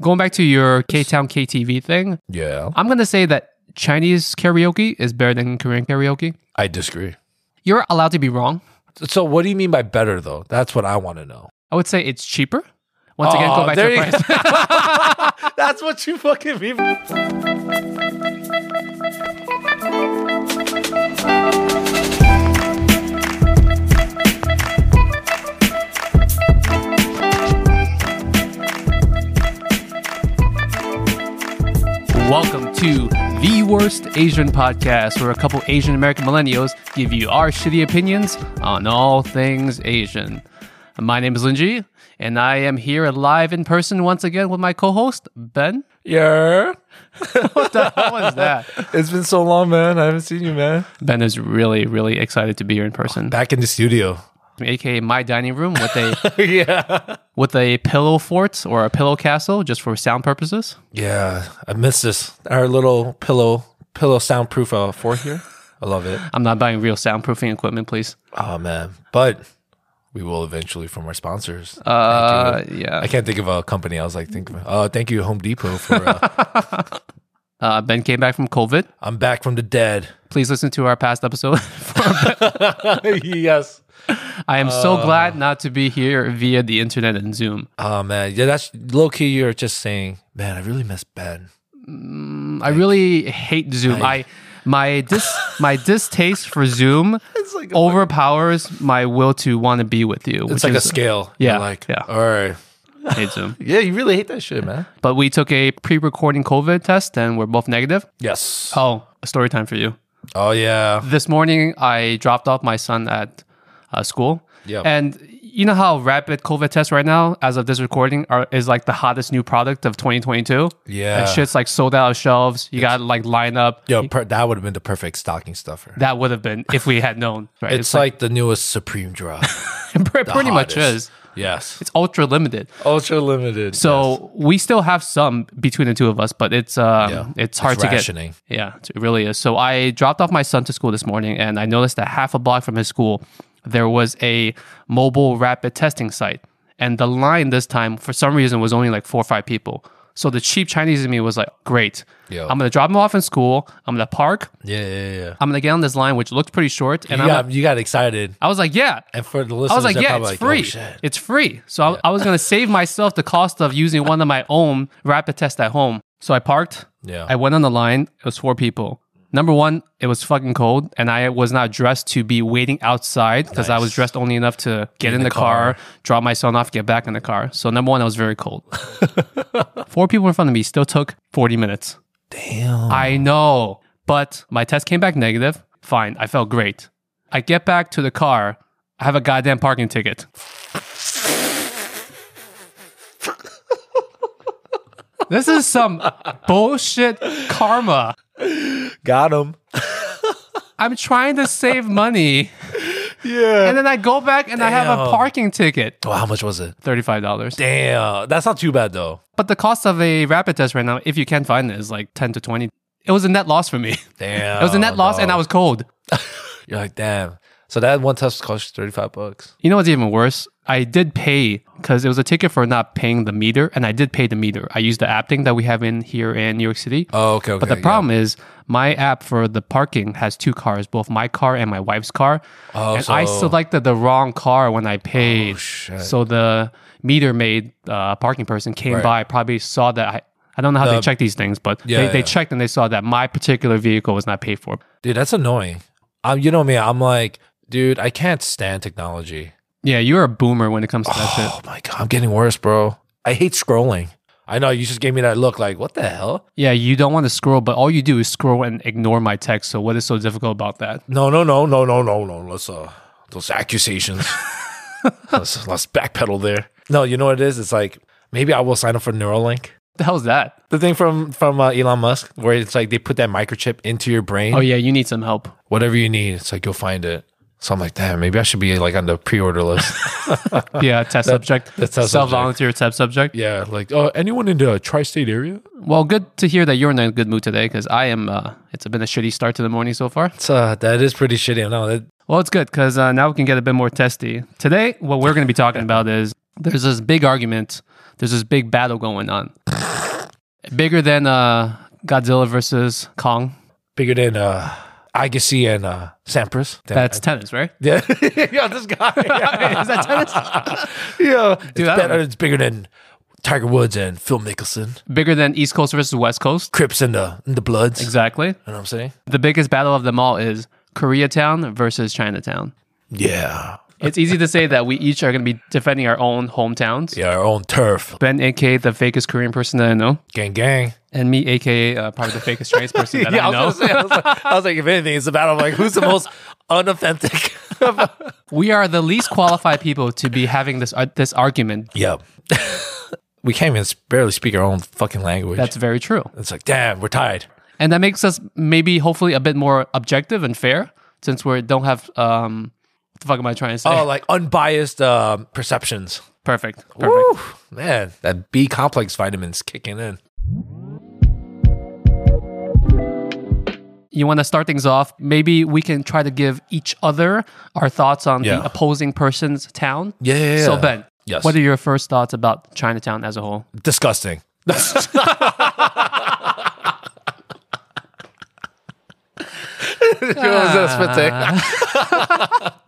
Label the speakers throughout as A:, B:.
A: Going back to your K Town KTV thing,
B: Yeah.
A: I'm going to say that Chinese karaoke is better than Korean karaoke.
B: I disagree.
A: You're allowed to be wrong.
B: So what do you mean by better though? That's what I want to know.
A: I would say it's cheaper. Once again,
B: Oh,
A: go back
B: there
A: to
B: you-
A: price.
B: That's what you fucking mean.
A: Welcome to the worst Asian podcast, where a couple Asian American millennials give you our shitty opinions on all things Asian. My name is Linji, and I am here live in person once again with my co-host Ben.
B: Yeah.
A: What the hell was that?
B: It's been so long, man. I haven't seen you, man.
A: Ben is really, really excited to be here in person,
B: Back in the studio.
A: aka my dining room with a
B: yeah.
A: with a pillow fort or a pillow castle just for sound purposes.
B: Yeah. I missed this. Our little pillow pillow soundproof uh, for here. I love it.
A: I'm not buying real soundproofing equipment, please.
B: Oh man. But we will eventually from our sponsors. Thank you.
A: Uh, yeah.
B: I can't think of a company I was like thinking of. Uh, thank you, Home Depot, for uh,
A: Uh, ben came back from COVID.
B: I'm back from the dead.
A: Please listen to our past episode
B: yes.
A: I am
B: Uh.
A: so glad not to be here via the internet and Zoom.
B: Oh man, yeah, that's low key. You're just saying, man, I really miss Ben.
A: I really hate Zoom. I my dis my distaste for Zoom
B: like a
A: Oh, overpowers my will to want to be with you.
B: It's like a scale.
A: yeah,
B: You're like,
A: yeah.
B: all right,
A: a hate Zoom.
B: yeah, you really hate that shit, man.
A: But we took a pre-recording COVID test and we're both negative.
B: Yes. Oh,
A: Oh, story time for you.
B: yeah.
A: This morning I dropped off my son at uh, school.
B: Yep.
A: And you know how rapid COVID tests right now, as of this recording, are is like the hottest new product of 2022.
B: Yeah.
A: and shit's like sold out of shelves. You got to like line up.
B: Yo, per- that would have been the perfect stocking stuffer.
A: That would have been if we had known. Right?
B: it's like, the newest Supreme drop.
A: pretty much is.
B: hottest. yes.
A: It's ultra limited.
B: ultra limited.
A: So we still have some between the two of us, but it's um,
B: Yeah.
A: it's hard
B: It's
A: to
B: rationing.
A: get. Yeah, it really is. So I dropped off my son to school this morning, and I noticed that half a block from his school, there was a mobile rapid testing site, and the line this time, for some reason, was only like four or five people. So the cheap Chinese in me was like, "Great,
B: Yo.
A: I'm gonna drop him off in school. I'm gonna park.
B: yeah, yeah, yeah.
A: I'm gonna get on this line, which looked pretty short, and
B: You
A: I'm
B: got, you got excited,
A: I was like, yeah.
B: and for the listeners,
A: I was like,
B: they're
A: yeah,
B: probably
A: it's
B: like,
A: free.
B: Oh, shit.
A: it's free. So I, I was gonna save myself the cost of using one of my own rapid test at home. So I parked.
B: Yeah.
A: I went on the line. It was four people. Number one, it was fucking cold, and I was not dressed to be waiting outside because I was dressed only enough to get in the, car, drop my son off, get back in the car. So number one, I was very cold. four people in front of me still took forty minutes.
B: Damn.
A: I know, but my test came back negative. Fine, I felt great. I get back to the car. I have a goddamn parking ticket. this is some bullshit karma.
B: Got him.
A: I'm trying to save money,
B: Yeah.
A: and then I go back and I have a
B: Damn.
A: parking ticket.
B: Well, Oh, how much was it?
A: Thirty-five dollars,
B: Damn. That's not too bad though.
A: but the cost of a rapid test right now, if you can find it, is like ten to twenty. It was a net loss for me.
B: Damn.
A: It was a net loss, and I was cold.
B: You're like, damn. So that one test cost you 35 bucks.
A: You know what's even worse? I did pay because it was a ticket for not paying the meter, and I did pay the meter. I used the app thing that we have in here in New York City.
B: Oh, okay, okay.
A: but the problem is, my app for the parking has two cars, both my car and my wife's car.
B: Oh,
A: and I
B: so- Oh,
A: selected the wrong car when I paid.
B: shit.
A: So the meter maid, uh, parking person came by, probably saw that. I, I don't know how they check these things, but
B: Yeah,
A: they, they
B: yeah.
A: checked and they saw that my particular vehicle was not paid for.
B: Dude, that's annoying. Um, you know me, I'm like, dude, I can't stand technology.
A: Yeah, you're a boomer when it comes to that shit.
B: Oh my God, I'm getting worse, bro. I hate scrolling. I know you just gave me that look like, what the hell?
A: Yeah, you don't want to scroll, but all you do is scroll and ignore my text. So what is so difficult about that?
B: No, no, no, no, no, no, no. Let's, uh, those accusations. let's, let's backpedal there. No, you know what it is? It's like maybe I will sign up for Neuralink.
A: the hell's that?
B: The thing from from uh, Elon Musk where it's like they put that microchip into your brain.
A: Oh yeah, you need some help.
B: Whatever you need, it's like you'll find it. So I'm like, damn, maybe I should be like on the pre-order list.
A: Yeah, test subject.
B: the test subject.
A: Self volunteer test subject.
B: yeah, like oh, anyone in the tri-state area?
A: Well, good to hear that you're in a good mood today because I am. Uh, it's been a shitty start to the morning so far.
B: It's, uh, that is pretty shitty. No, that,
A: Well, it's good because uh, now we can get a bit more testy. Today, what we're going to be talking about is there's this big argument, there's this big battle going on, bigger than uh, Godzilla versus Kong.
B: bigger than uh, Agassi and uh, Sampras. Damn,
A: That's tennis, right?
B: Yeah, yeah, this guy. Yeah,
A: Is that tennis?
B: yeah. it's,
A: I don't
B: better, it's bigger than Tiger Woods and Phil Mickelson,
A: bigger than East Coast versus West Coast?
B: Crips and the and the Bloods.
A: Exactly.
B: You know what I'm saying?
A: The biggest battle of them all is Koreatown versus Chinatown.
B: Yeah,
A: It's easy to say that we each are going to be defending our own hometowns.
B: yeah, our own turf,
A: Ben, aka the fakest Korean person that I know,
B: gang, gang.
A: and me, aka uh, probably the fakest trans person that I know.
B: was, gonna say, I, was like, I was like, if anything, it's about I'm like, who's the most unauthentic?
A: We are the least qualified people to be having this ar- this argument.
B: yep. we can't even s- barely speak our own fucking language.
A: That's very true,
B: it's like, damn, we're tied.
A: and that makes us maybe hopefully a bit more objective and fair since we don't have um. What the fuck am I trying to say?
B: Oh, like unbiased um, perceptions.
A: perfect, perfect.
B: Woo, man, that B complex vitamins kicking in.
A: You want to start things off? Maybe we can try to give each other our thoughts on
B: Yeah.
A: the opposing person's town.
B: Yeah, yeah, yeah.
A: So Ben,
B: Yes.
A: what are your first thoughts about Chinatown as a whole?
B: Disgusting.
A: Ah.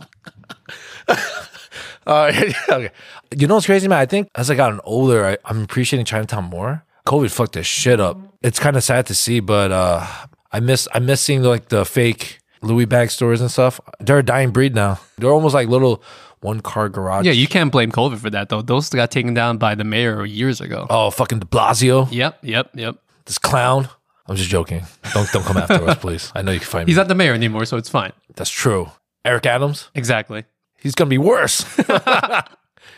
B: Uh, yeah, okay. You know what's crazy, man? I think as I gotten older, I, I'm appreciating Chinatown more. COVID fucked this shit up. It's kind of sad to see, but uh, I miss I miss seeing like the fake Louis bag stores and stuff. They're a dying breed now. They're almost like little one car garage.
A: Yeah, you can't blame COVID for that though. Those got taken down by the mayor years ago.
B: Oh, fucking De Blasio,
A: Yep, yep, yep.
B: this clown. I'm just joking. Don't don't come after us, please. I know you can find me.
A: He's not the mayor anymore, so it's fine.
B: That's true. Eric Adams.
A: Exactly.
B: he's gonna be worse.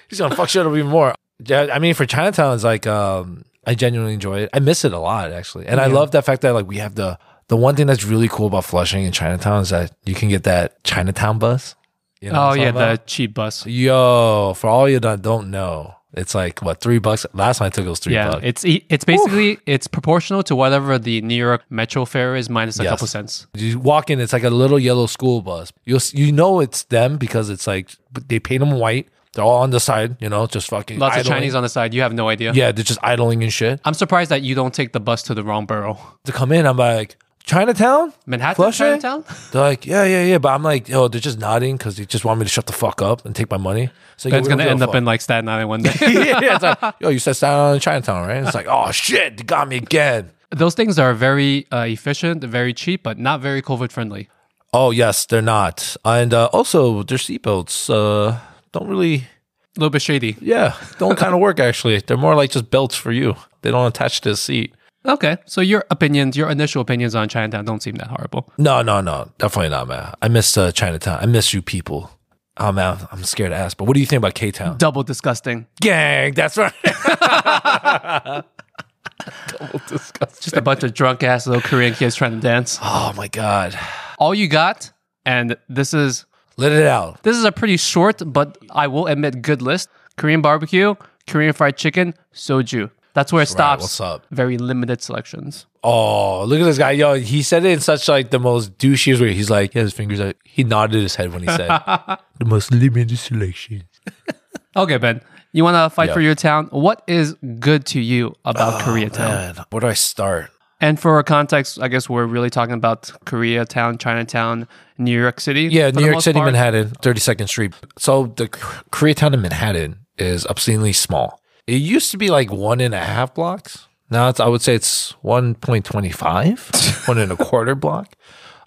B: he's gonna fuck shit up even more. Yeah, I mean, for Chinatown, it's like um, I genuinely enjoy it. I miss it a lot actually, and I love the fact that like we have the the one thing that's really cool about Flushing and Chinatown is that you can get that Chinatown bus. You what
A: Oh
B: I'm
A: yeah,
B: talking about?
A: the cheap bus.
B: yo for all you that don't know, it's like what three bucks. Last time I took it was three
A: Yeah,
B: bucks.
A: it's e- it's basically it's proportional to whatever the New York Metro fare is minus a
B: Yes.
A: couple cents.
B: You walk in, it's like a little yellow school bus. You you know it's them because it's like they paint them white. They're all on the side, you know, just fucking
A: Lots of
B: idling.
A: Chinese on the side. You have no idea.
B: Yeah, they're just idling and shit.
A: I'm surprised that you don't take the bus to the wrong borough.
B: to come in. I'm like, Chinatown?
A: Manhattan,
B: Flushing?
A: Chinatown.
B: They're like, yeah, yeah, yeah. But I'm like, yo, they're just nodding because they just want me to shut the fuck up and take my money. So
A: Ben's gonna end up in like Staten Island one day.
B: yeah, yeah, it's like, yo, you said Staten Island, Chinatown, right? It's like, oh shit, they got me again.
A: Those things are very uh, efficient, very cheap, but not very COVID friendly.
B: Oh yes, they're not. And uh, also, their seatbelts uh, don't really,
A: A little bit shady.
B: yeah, don't kind of work. Actually, they're more like just belts for you. They don't attach to the seat.
A: Okay, so your opinions, your initial opinions on Chinatown don't seem that horrible.
B: No, no, no, definitely not, man. I miss uh, Chinatown. I miss you people. I'm out. I'm scared to ask, but what do you think about K Town?
A: Double disgusting.
B: Gang, that's right.
A: Just a bunch of drunk ass little Korean kids trying to dance.
B: Oh my god.
A: All you got, and this is
B: Let it out.
A: this is a pretty short, but I will admit, good list. Korean barbecue, Korean fried chicken, soju. That's where it stops.
B: what's up?
A: Very limited selections.
B: Oh, look at this guy. Yo, he said it in such like the most douchiest way. He's like, yeah, his fingers are he nodded his head when he said the most limited selection.
A: Okay, Ben, you want to fight for your town? What is good to you about Koreatown?
B: Oh, Man, where do I start?
A: And for context, I guess we're really talking about Koreatown, Chinatown, New York City.
B: Yeah,
A: for the
B: New York
A: most
B: City,
A: part.
B: Manhattan, 32nd Street. So the K- Koreatown in Manhattan is obscenely small. It used to be like one and a half blocks. Now it's, I would say it's 1.25, one and a quarter block.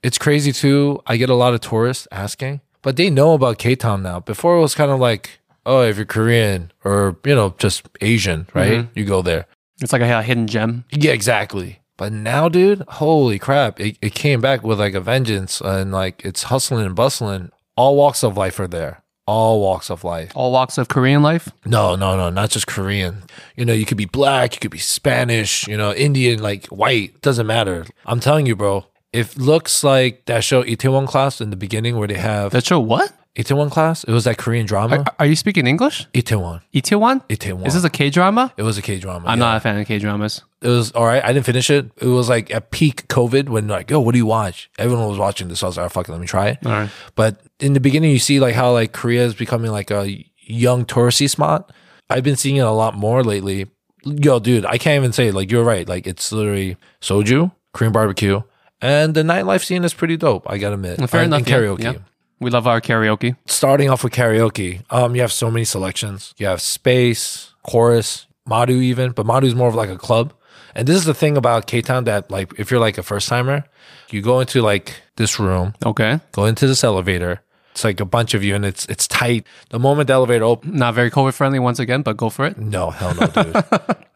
B: It's crazy too. I get a lot of tourists asking, but they know about K Town now. Before it was kind of like, oh, if you're Korean or, you know, just Asian, right?
A: Mm-hmm.
B: You go there.
A: It's like a hidden gem.
B: Yeah, exactly. But now, dude, holy crap, it, it came back with like a vengeance and like it's hustling and bustling. All walks of life are there. all walks of life.
A: All walks of Korean life.
B: No, no, no, not just Korean. You know, you could be black, you could be Spanish, you know, Indian, like white, doesn't matter. I'm telling you, bro. It looks like that show Itaewon Class in the beginning where they have
A: That show what?
B: Itaewon Class. It was that Korean drama.
A: Are, are you speaking English?
B: Itaewon.
A: Itaewon?
B: Itaewon.
A: Is this a K drama?
B: it was a K drama.
A: I'm not a fan of K dramas.
B: It was all right. I didn't finish it. It was like at peak COVID when like, yo, what do you watch? Everyone was watching this. So I was like, oh, fuck it, let me try it.
A: All right.
B: But in the beginning, you see like how like Korea is becoming like a young touristy spot. I've been seeing it a lot more lately. Yo, dude, I can't even say it. like you're right. Like it's literally soju, Korean barbecue, and the nightlife scene is pretty dope. I gotta admit.
A: Well, fair
B: And-
A: enough.
B: and
A: yeah,
B: karaoke.
A: yeah. We love our karaoke.
B: Starting off with karaoke, um, you have so many selections. You have space, chorus, Madu even, but Madu's more of like a club. And this is the thing about K Town that like if you're like a first timer, you go into like this room,
A: Okay.
B: go into this elevator. It's like a bunch of you, and it's it's tight. The moment the elevator opens,
A: Not very COVID friendly once again, but go for it.
B: no hell no, dude.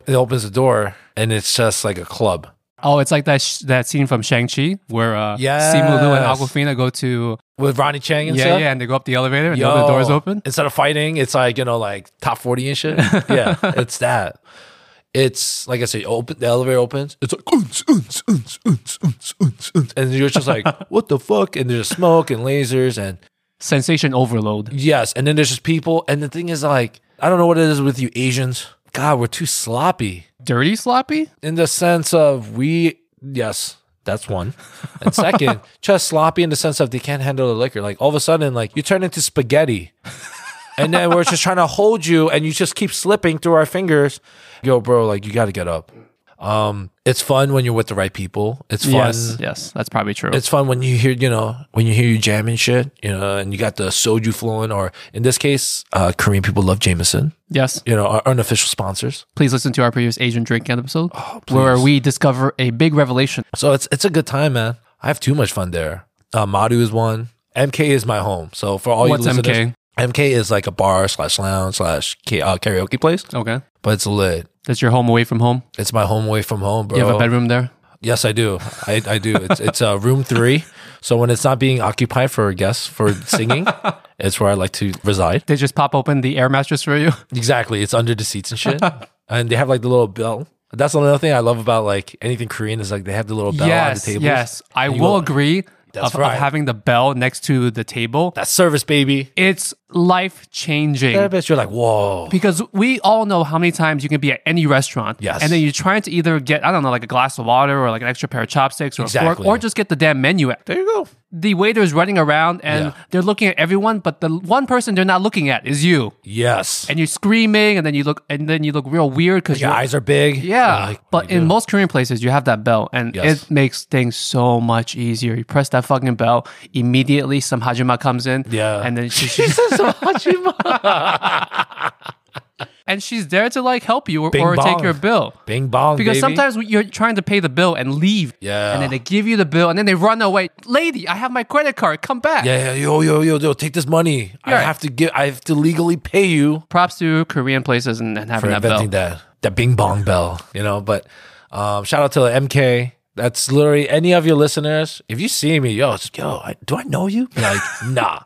B: it opens the door, and it's just like a club.
A: Oh, it's like that sh- that scene from Shang Chi where uh,
B: Yes.
A: Simu Liu and Aquafina go to
B: with Ronnie Chang and
A: yeah
B: stuff.
A: yeah, and they go up the elevator and the door's
B: Yo,
A: open.
B: Instead of fighting, it's like, you know, like top 40 and shit. Yeah, it's that. It's like I say, open the elevator opens. It's like "Unz, unz, unz, unz, unz, unz, unz," and you're just like, what the fuck? And there's smoke and lasers and
A: Sensation overload.
B: yes, and then there's just people. And the thing is like, I don't know what it is with you Asians. God, we're too sloppy
A: Dirty sloppy.
B: in the sense of we yes that's one and second just sloppy in the sense of they can't handle the liquor like all of a sudden like you turn into spaghetti and then we're just trying to hold you and you just keep slipping through our fingers yo bro like you gotta get up um it's fun when you're with the right people it's fun
A: Yes, yes, that's probably true.
B: it's fun when you hear you know when you hear you jamming shit you know and you got the soju flowing or in this case uh korean people love jameson
A: yes,
B: you know our unofficial sponsors
A: please listen to our previous Asian drinking episode
B: Oh,
A: where we discover a big revelation.
B: So it's it's a good time, man. I have too much fun there. Uh, Madu is one. MK is my home. So for all
A: What's
B: you
A: MK?
B: listeners, MK? is like a bar slash lounge slash ka- uh, karaoke place,
A: Okay,
B: but it's lit.
A: that's your home away from home.
B: It's my home away from home, bro.
A: You have a bedroom there.
B: Yes, I do. I, I do. It's it's uh, room three. So when it's not being occupied for guests for singing, it's where I like to reside.
A: They just pop open the air mattress for you.
B: Exactly. It's under the seats and shit, and they have like the little bell. That's another thing I love about like anything Korean is like they have the little bell on the
A: yes,
B: tables.
A: yes, I
B: You
A: will
B: go-
A: agree.
B: That's
A: of, of
B: right.
A: having the bell next to the table,
B: That service, baby.
A: it's life changing.
B: That bitch, you're like, whoa.
A: Because we all know how many times you can be at any restaurant.
B: Yes.
A: And then you're trying to either get, I don't know, like a glass of water or like an extra pair of chopsticks or a
B: Exactly.
A: fork or just get the damn menu. There you go. The waiter's running around and
B: Yeah.
A: they're looking at everyone, but the one person they're not looking at is you.
B: Yes.
A: And you're screaming and then you look, and then you look real weird because
B: your
A: you're.
B: eyes are big.
A: Yeah,
B: Like,
A: but in most Korean places, you have that bell, and
B: Yes.
A: it makes things so much easier. You press that fucking bell immediately. Some hajima comes in,
B: Yeah.
A: and then she, she's and she's there to like help you or,
B: Bing
A: or take
B: bong.
A: your bill.
B: Bing bong.
A: Because
B: baby.
A: sometimes when you're trying to pay the bill and leave,
B: Yeah.
A: and then they give you the bill, and then they run away. Lady, I have my credit card. Come back.
B: Yeah, yeah, yo, yo, yo, yo, take this money. I
A: Yeah.
B: have to give. I have to legally pay you
A: Props to Korean places and, and
B: for
A: having that bell.
B: inventing that that Bing Bong bell. You know, but um, shout out to MK. That's literally any of your listeners. If you see me, yo, it's, yo, I, do I know you? Be Like, nah.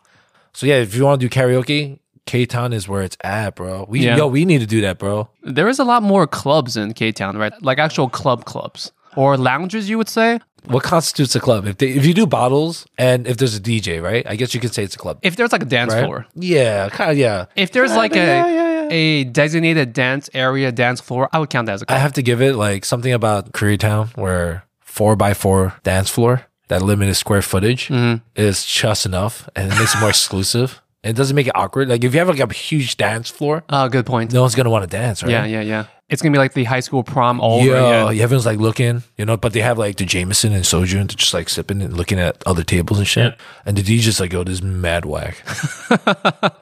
B: So yeah, if you want to do karaoke, K Town is where it's at, bro. We
A: Yeah.
B: yo, we need to do that, bro.
A: There is a lot more clubs in K Town, right? Like actual club clubs or lounges, you would say.
B: What constitutes a club? If they, if you do bottles and if there's a DJ, right? I guess you could say it's a club.
A: If there's like a dance
B: right?
A: floor,
B: Yeah, kind of. Yeah,
A: if there's like a
B: yeah, yeah, yeah.
A: a designated dance area, dance floor, I would count that as a
B: I
A: club.
B: have to give it like something about Koreatown where four by four dance floor that limited square footage
A: Mm-hmm.
B: is just enough and it makes it more exclusive. And it doesn't make it awkward. Like if you have like a huge dance floor,
A: Oh, good point.
B: no one's gonna want to dance, right?
A: Yeah, yeah, yeah. It's gonna be like the high school prom all over
B: Yo,
A: again.
B: yeah, everyone's like looking, you know, but they have like the Jameson and soju and they're just like sipping and looking at other tables and shit. And the DJ's like, yo, this is mad whack.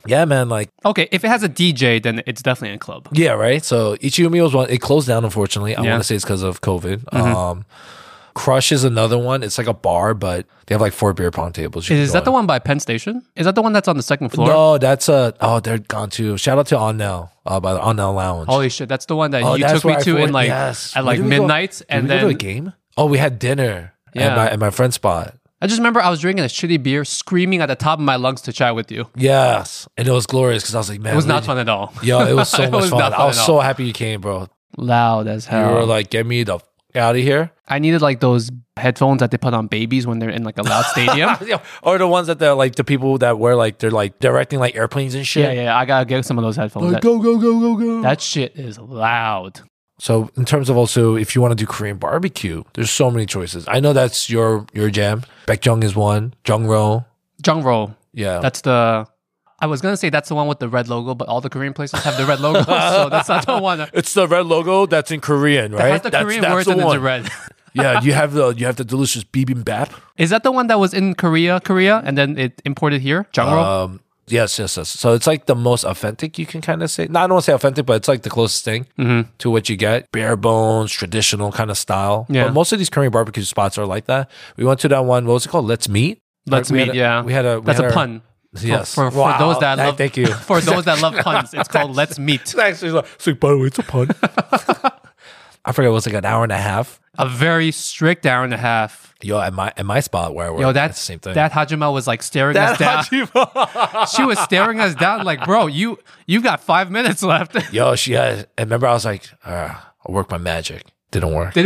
B: yeah, man, like
A: Okay, if it has a DJ, then it's definitely a club.
B: Yeah, right. So Ichiyomi was one. It closed down, unfortunately. I
A: Yeah. Mm-hmm.
B: want to say it's because of COVID. Um, Crush is another one. It's like a bar, but they have like four beer pong tables. You can
A: Is
B: go
A: that the
B: on.
A: one by Penn Station? Is that the one that's on the second floor?
B: No, that's a. Oh, they're gone too. Shout out to On Now uh, by the On Now Lounge.
A: Holy shit, that's the one that
B: Oh,
A: you
B: that's
A: took me
B: where I
A: to in
B: went-
A: like
B: yes.
A: at
B: Where
A: like
B: did we go?
A: midnight,
B: Did
A: and
B: we go to
A: then
B: a game. Oh, we had dinner.
A: Yeah.
B: At my, at my friend's spot.
A: I just remember I was drinking a shitty beer, screaming at the top of my lungs to chat with you.
B: Yes, and it was glorious because I was like, man,
A: It was not
B: we-
A: fun at all.
B: Yo, it was so
A: It
B: much
A: was
B: fun.
A: not
B: I was
A: fun at
B: so
A: all.
B: happy you came, bro.
A: Loud as
B: You
A: hell.
B: were like, get me the f- out of here.
A: I needed like those headphones that they put on babies when they're in like a loud stadium.
B: Yeah, or the ones that they're like the people that wear like they're like directing like airplanes and shit.
A: yeah, yeah, I gotta get some of those headphones.
B: Like,
A: That,
B: go go go go go.
A: that shit is loud.
B: so in terms of also if you want to do Korean barbecue, there's so many choices. I know that's your your jam. Baekjeong is one. Jongro.
A: Jungro,
B: Yeah.
A: that's the. I was gonna say that's the one with the red logo, but all the Korean places have the red logo, so that's not the one. That
B: it's the red logo that's in Korean, right?
A: has the
B: That's-
A: Korean
B: that's
A: words
B: the
A: and then the
B: one.
A: red.
B: yeah, you have the you have the delicious bibimbap.
A: Is that the one that was in Korea, Korea, and then it imported here? Uh, Jungro.
B: Um, yes, yes, yes. So it's like the most authentic you can kind of say. No, I don't want to say authentic, but it's like the closest thing
A: mm-hmm.
B: to what you get. Bare bones, traditional kind of style.
A: Yeah.
B: But most of these Korean barbecue spots are like that. We went to that one. What was it called? Let's meet.
A: Let's
B: We had
A: meet.
B: a-
A: yeah,
B: we had a- we
A: that's
B: had
A: a
B: our-
A: pun. For-
B: Yes.
A: For, for,
B: Wow,
A: those that
B: that-
A: love,
B: thank you.
A: For those that love puns, it's called "Let's Meet."
B: It's actually like, it's like, by the way, it's a pun. I forget. It was like an hour and a half.
A: A very strict hour and a half.
B: Yo, at my at my spot where I work,
A: Yo,
B: that's
A: that's
B: the same thing.
A: That Hajima was like staring us down. she was staring us down, like, "Bro, you you got five minutes left."
B: Yo, she had. And remember, I was like, uh, I'll work my magic. Didn't work.
A: Did-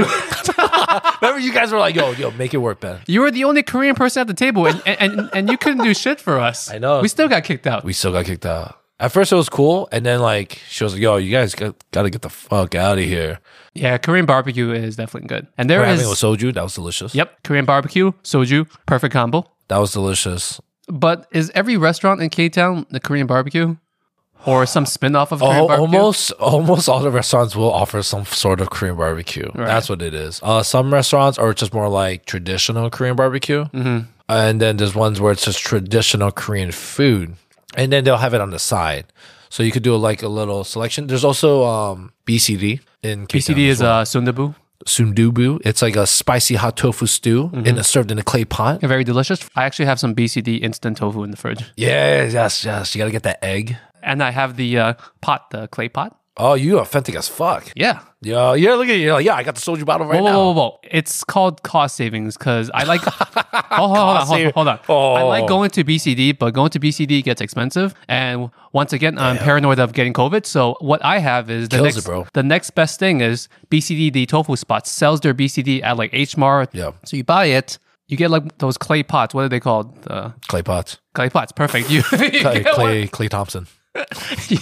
B: remember, you guys were like, yo, yo, make it work, Ben.
A: you were the only Korean person at the table, and and, and, and you couldn't do shit for us.
B: I know.
A: We still got kicked out.
B: we still got kicked out. At first, it was cool, and then like she was like, "Yo, you guys got, gotta get the fuck out of here."
A: yeah, Korean barbecue is definitely good, and there
B: We're
A: is
B: having with soju. That was delicious.
A: yep Korean barbecue soju perfect combo.
B: that was delicious.
A: But is every restaurant in K Town the Korean barbecue, or some spin off of Korean
B: Oh,
A: barbecue?
B: almost, almost all the restaurants will offer some sort of Korean barbecue. That's what it is. Uh, some restaurants are just more like traditional Korean barbecue, mm-hmm. and then there's ones where it's just traditional Korean food, and then they'll have it on the side, so you could do like a little selection. There's also um, BCD in K-town
A: PCD
B: as
A: is uh, sundubu,
B: sundubu. It's like a spicy hot tofu stew and it's served in a clay pot.
A: very delicious. I actually have some BCD instant tofu in the fridge,
B: Yes, yes, yes. You gotta get that egg.
A: and I have the uh, pot, the clay pot.
B: Oh, you authentic as fuck.
A: Yeah,
B: Yo, yeah, look at you. You're like, yeah, I got the soju bottle right
A: whoa,
B: now.
A: whoa, whoa, whoa! It's called cost savings because I like. oh, hold, on, hold on, hold on.
B: Oh.
A: I like going to BCD, but going to BCD gets expensive, and once again, I'm paranoid of getting COVID. So what I have is the
B: Kills
A: next,
B: it, bro.
A: the next best thing is BCD. The tofu spot sells their BCD at like H Mart.
B: Yeah.
A: So you buy it. You get like those clay pots. What are they called? Uh,
B: Clay pots.
A: clay pots. Perfect. You, you
B: Clay,
A: get one,
B: Clay, Clay Thompson.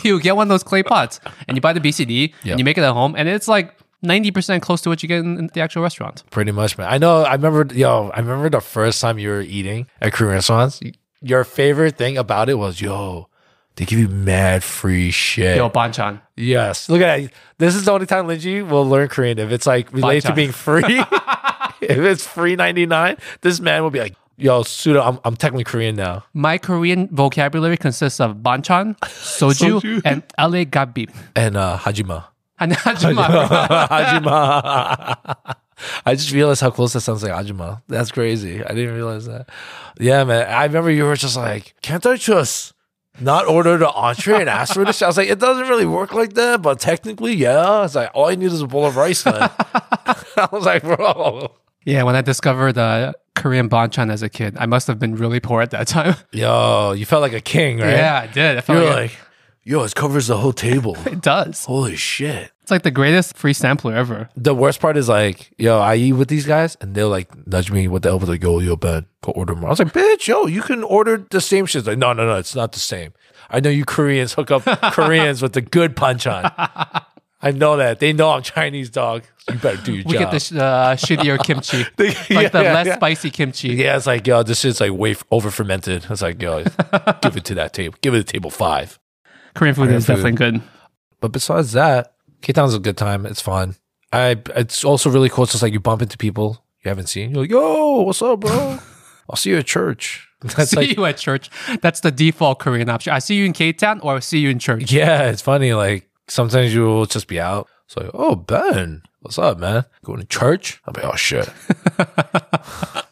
A: you get one of those clay pots, and you buy the BCD,
B: Yeah.
A: and you make it at home, and it's like ninety percent close to what you get in in the actual restaurant.
B: Pretty much, man. I know. I remember, yo, I remember the first time you were eating at Korean restaurants. Your favorite thing about it was, yo, they give you mad free shit.
A: Yo, banchan.
B: Yes. Look at that. This is the only time Linji will learn Korean. If it's like related to
A: time.
B: being free, if it's free 99, this man will be like, yo, Suda, I'm, I'm technically Korean now.
A: My Korean vocabulary consists of banchan, soju,
B: Soju.
A: and ale gabib.
B: And uh, Hajima.
A: And hajima.
B: Hajima. I just realized how close that sounds like Hajima. That's crazy. I didn't realize that. Yeah, man. I remember you were just like, can't I just not order the entree and ask for this? I was like, it doesn't really work like that, but technically, yeah. It's like, all I need is a bowl of rice then. I was like, bro.
A: yeah, when I discovered uh, Korean banchan as a kid, I must have been really poor at that time.
B: Yo, you felt like a king, right?
A: Yeah, I did. I felt
B: You're
A: like,
B: like, yo, it covers the whole table.
A: it does.
B: Holy shit.
A: It's like the greatest free sampler ever.
B: The worst part is like, yo, I eat with these guys and they'll like nudge me with the elbow, like, yo, yo, Ben, go order more. I was like, bitch, yo, you can order the same shit. It's Like, no, no, no, it's not the same. I know you Koreans hook up Koreans with the good punch on. I know that. They know I'm Chinese, dog. You better do your
A: We get
B: job.
A: the sh- uh, shittier kimchi, like
B: yeah,
A: the
B: yeah,
A: less
B: yeah.
A: spicy kimchi.
B: yeah, it's like, yo, this shit's like way over fermented. It's like, yo, give it to that table. Give it to table five.
A: Korean food
B: Korean
A: is definitely good.
B: But besides that, K Town's a good time. It's fun. I it's also really cool. It's just like you bump into people you haven't seen. You're like, yo, what's up, bro? I'll see you at church. That's
A: see
B: like
A: you at church. That's the default Korean option. I see you in K Town or I see you in church.
B: Yeah, it's funny. Like sometimes you'll just be out. It's like, oh Ben, what's up, man? Going to church? I'm like, oh shit.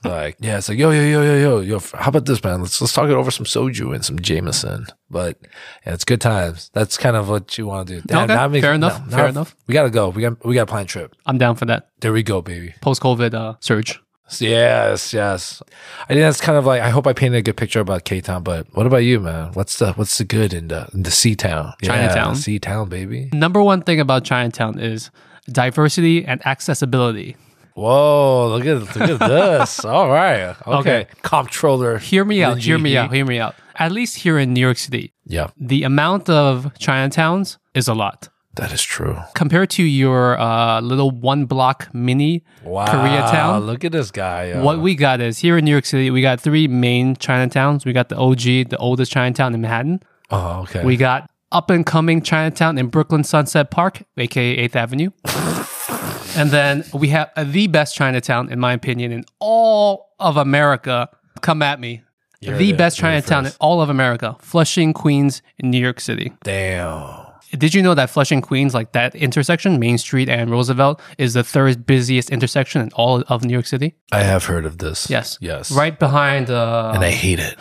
B: like, yeah, it's like, yo, yo, yo, yo, yo, yo. How about this, man? Let's let's talk it over some soju and some Jameson. But yeah, it's good times. That's kind of what you want to do.
A: Okay, fair enough, fair enough.
B: We gotta go. We got we gotta plan a trip.
A: I'm down for that
B: There we go, baby.
A: post COVID uh, surge.
B: Yes, yes. I think that's kind of like I hope I painted a good picture about K Town, but what about you, man? What's the what's the good in the in the Sea Town?
A: Chinatown.
B: Sea Town, baby.
A: Number one thing about Chinatown is diversity and accessibility.
B: Whoa, look at look at this. All right. Okay.
A: Okay.
B: Comptroller.
A: Hear me out.
B: Linji
A: Hear me
B: He.
A: out. Hear me out. At least here in New York City,
B: Yeah,
A: the amount of Chinatowns is a lot
B: that is true.
A: compared to your uh, little one block mini
B: Wow.
A: Koreatown.
B: Look at this guy. yo.
A: What we got is here in New York City, we got three main Chinatowns. We got the OG, the oldest Chinatown in Manhattan.
B: Oh, okay.
A: We got up and coming Chinatown in Brooklyn Sunset Park, aka 8th Avenue. and then we have the best Chinatown, in my opinion, in all of America. Come at me.
B: You're
A: the
B: the-
A: best
B: you're the
A: Chinatown in
B: first.
A: all of America, Flushing, Queens, in New York City.
B: Damn.
A: Did you know that Flushing, Queens, like that intersection, Main Street and Roosevelt, is the third busiest intersection in all of New York City?
B: I have heard of this.
A: Yes.
B: Yes.
A: Right behind. Uh,
B: And I hate it.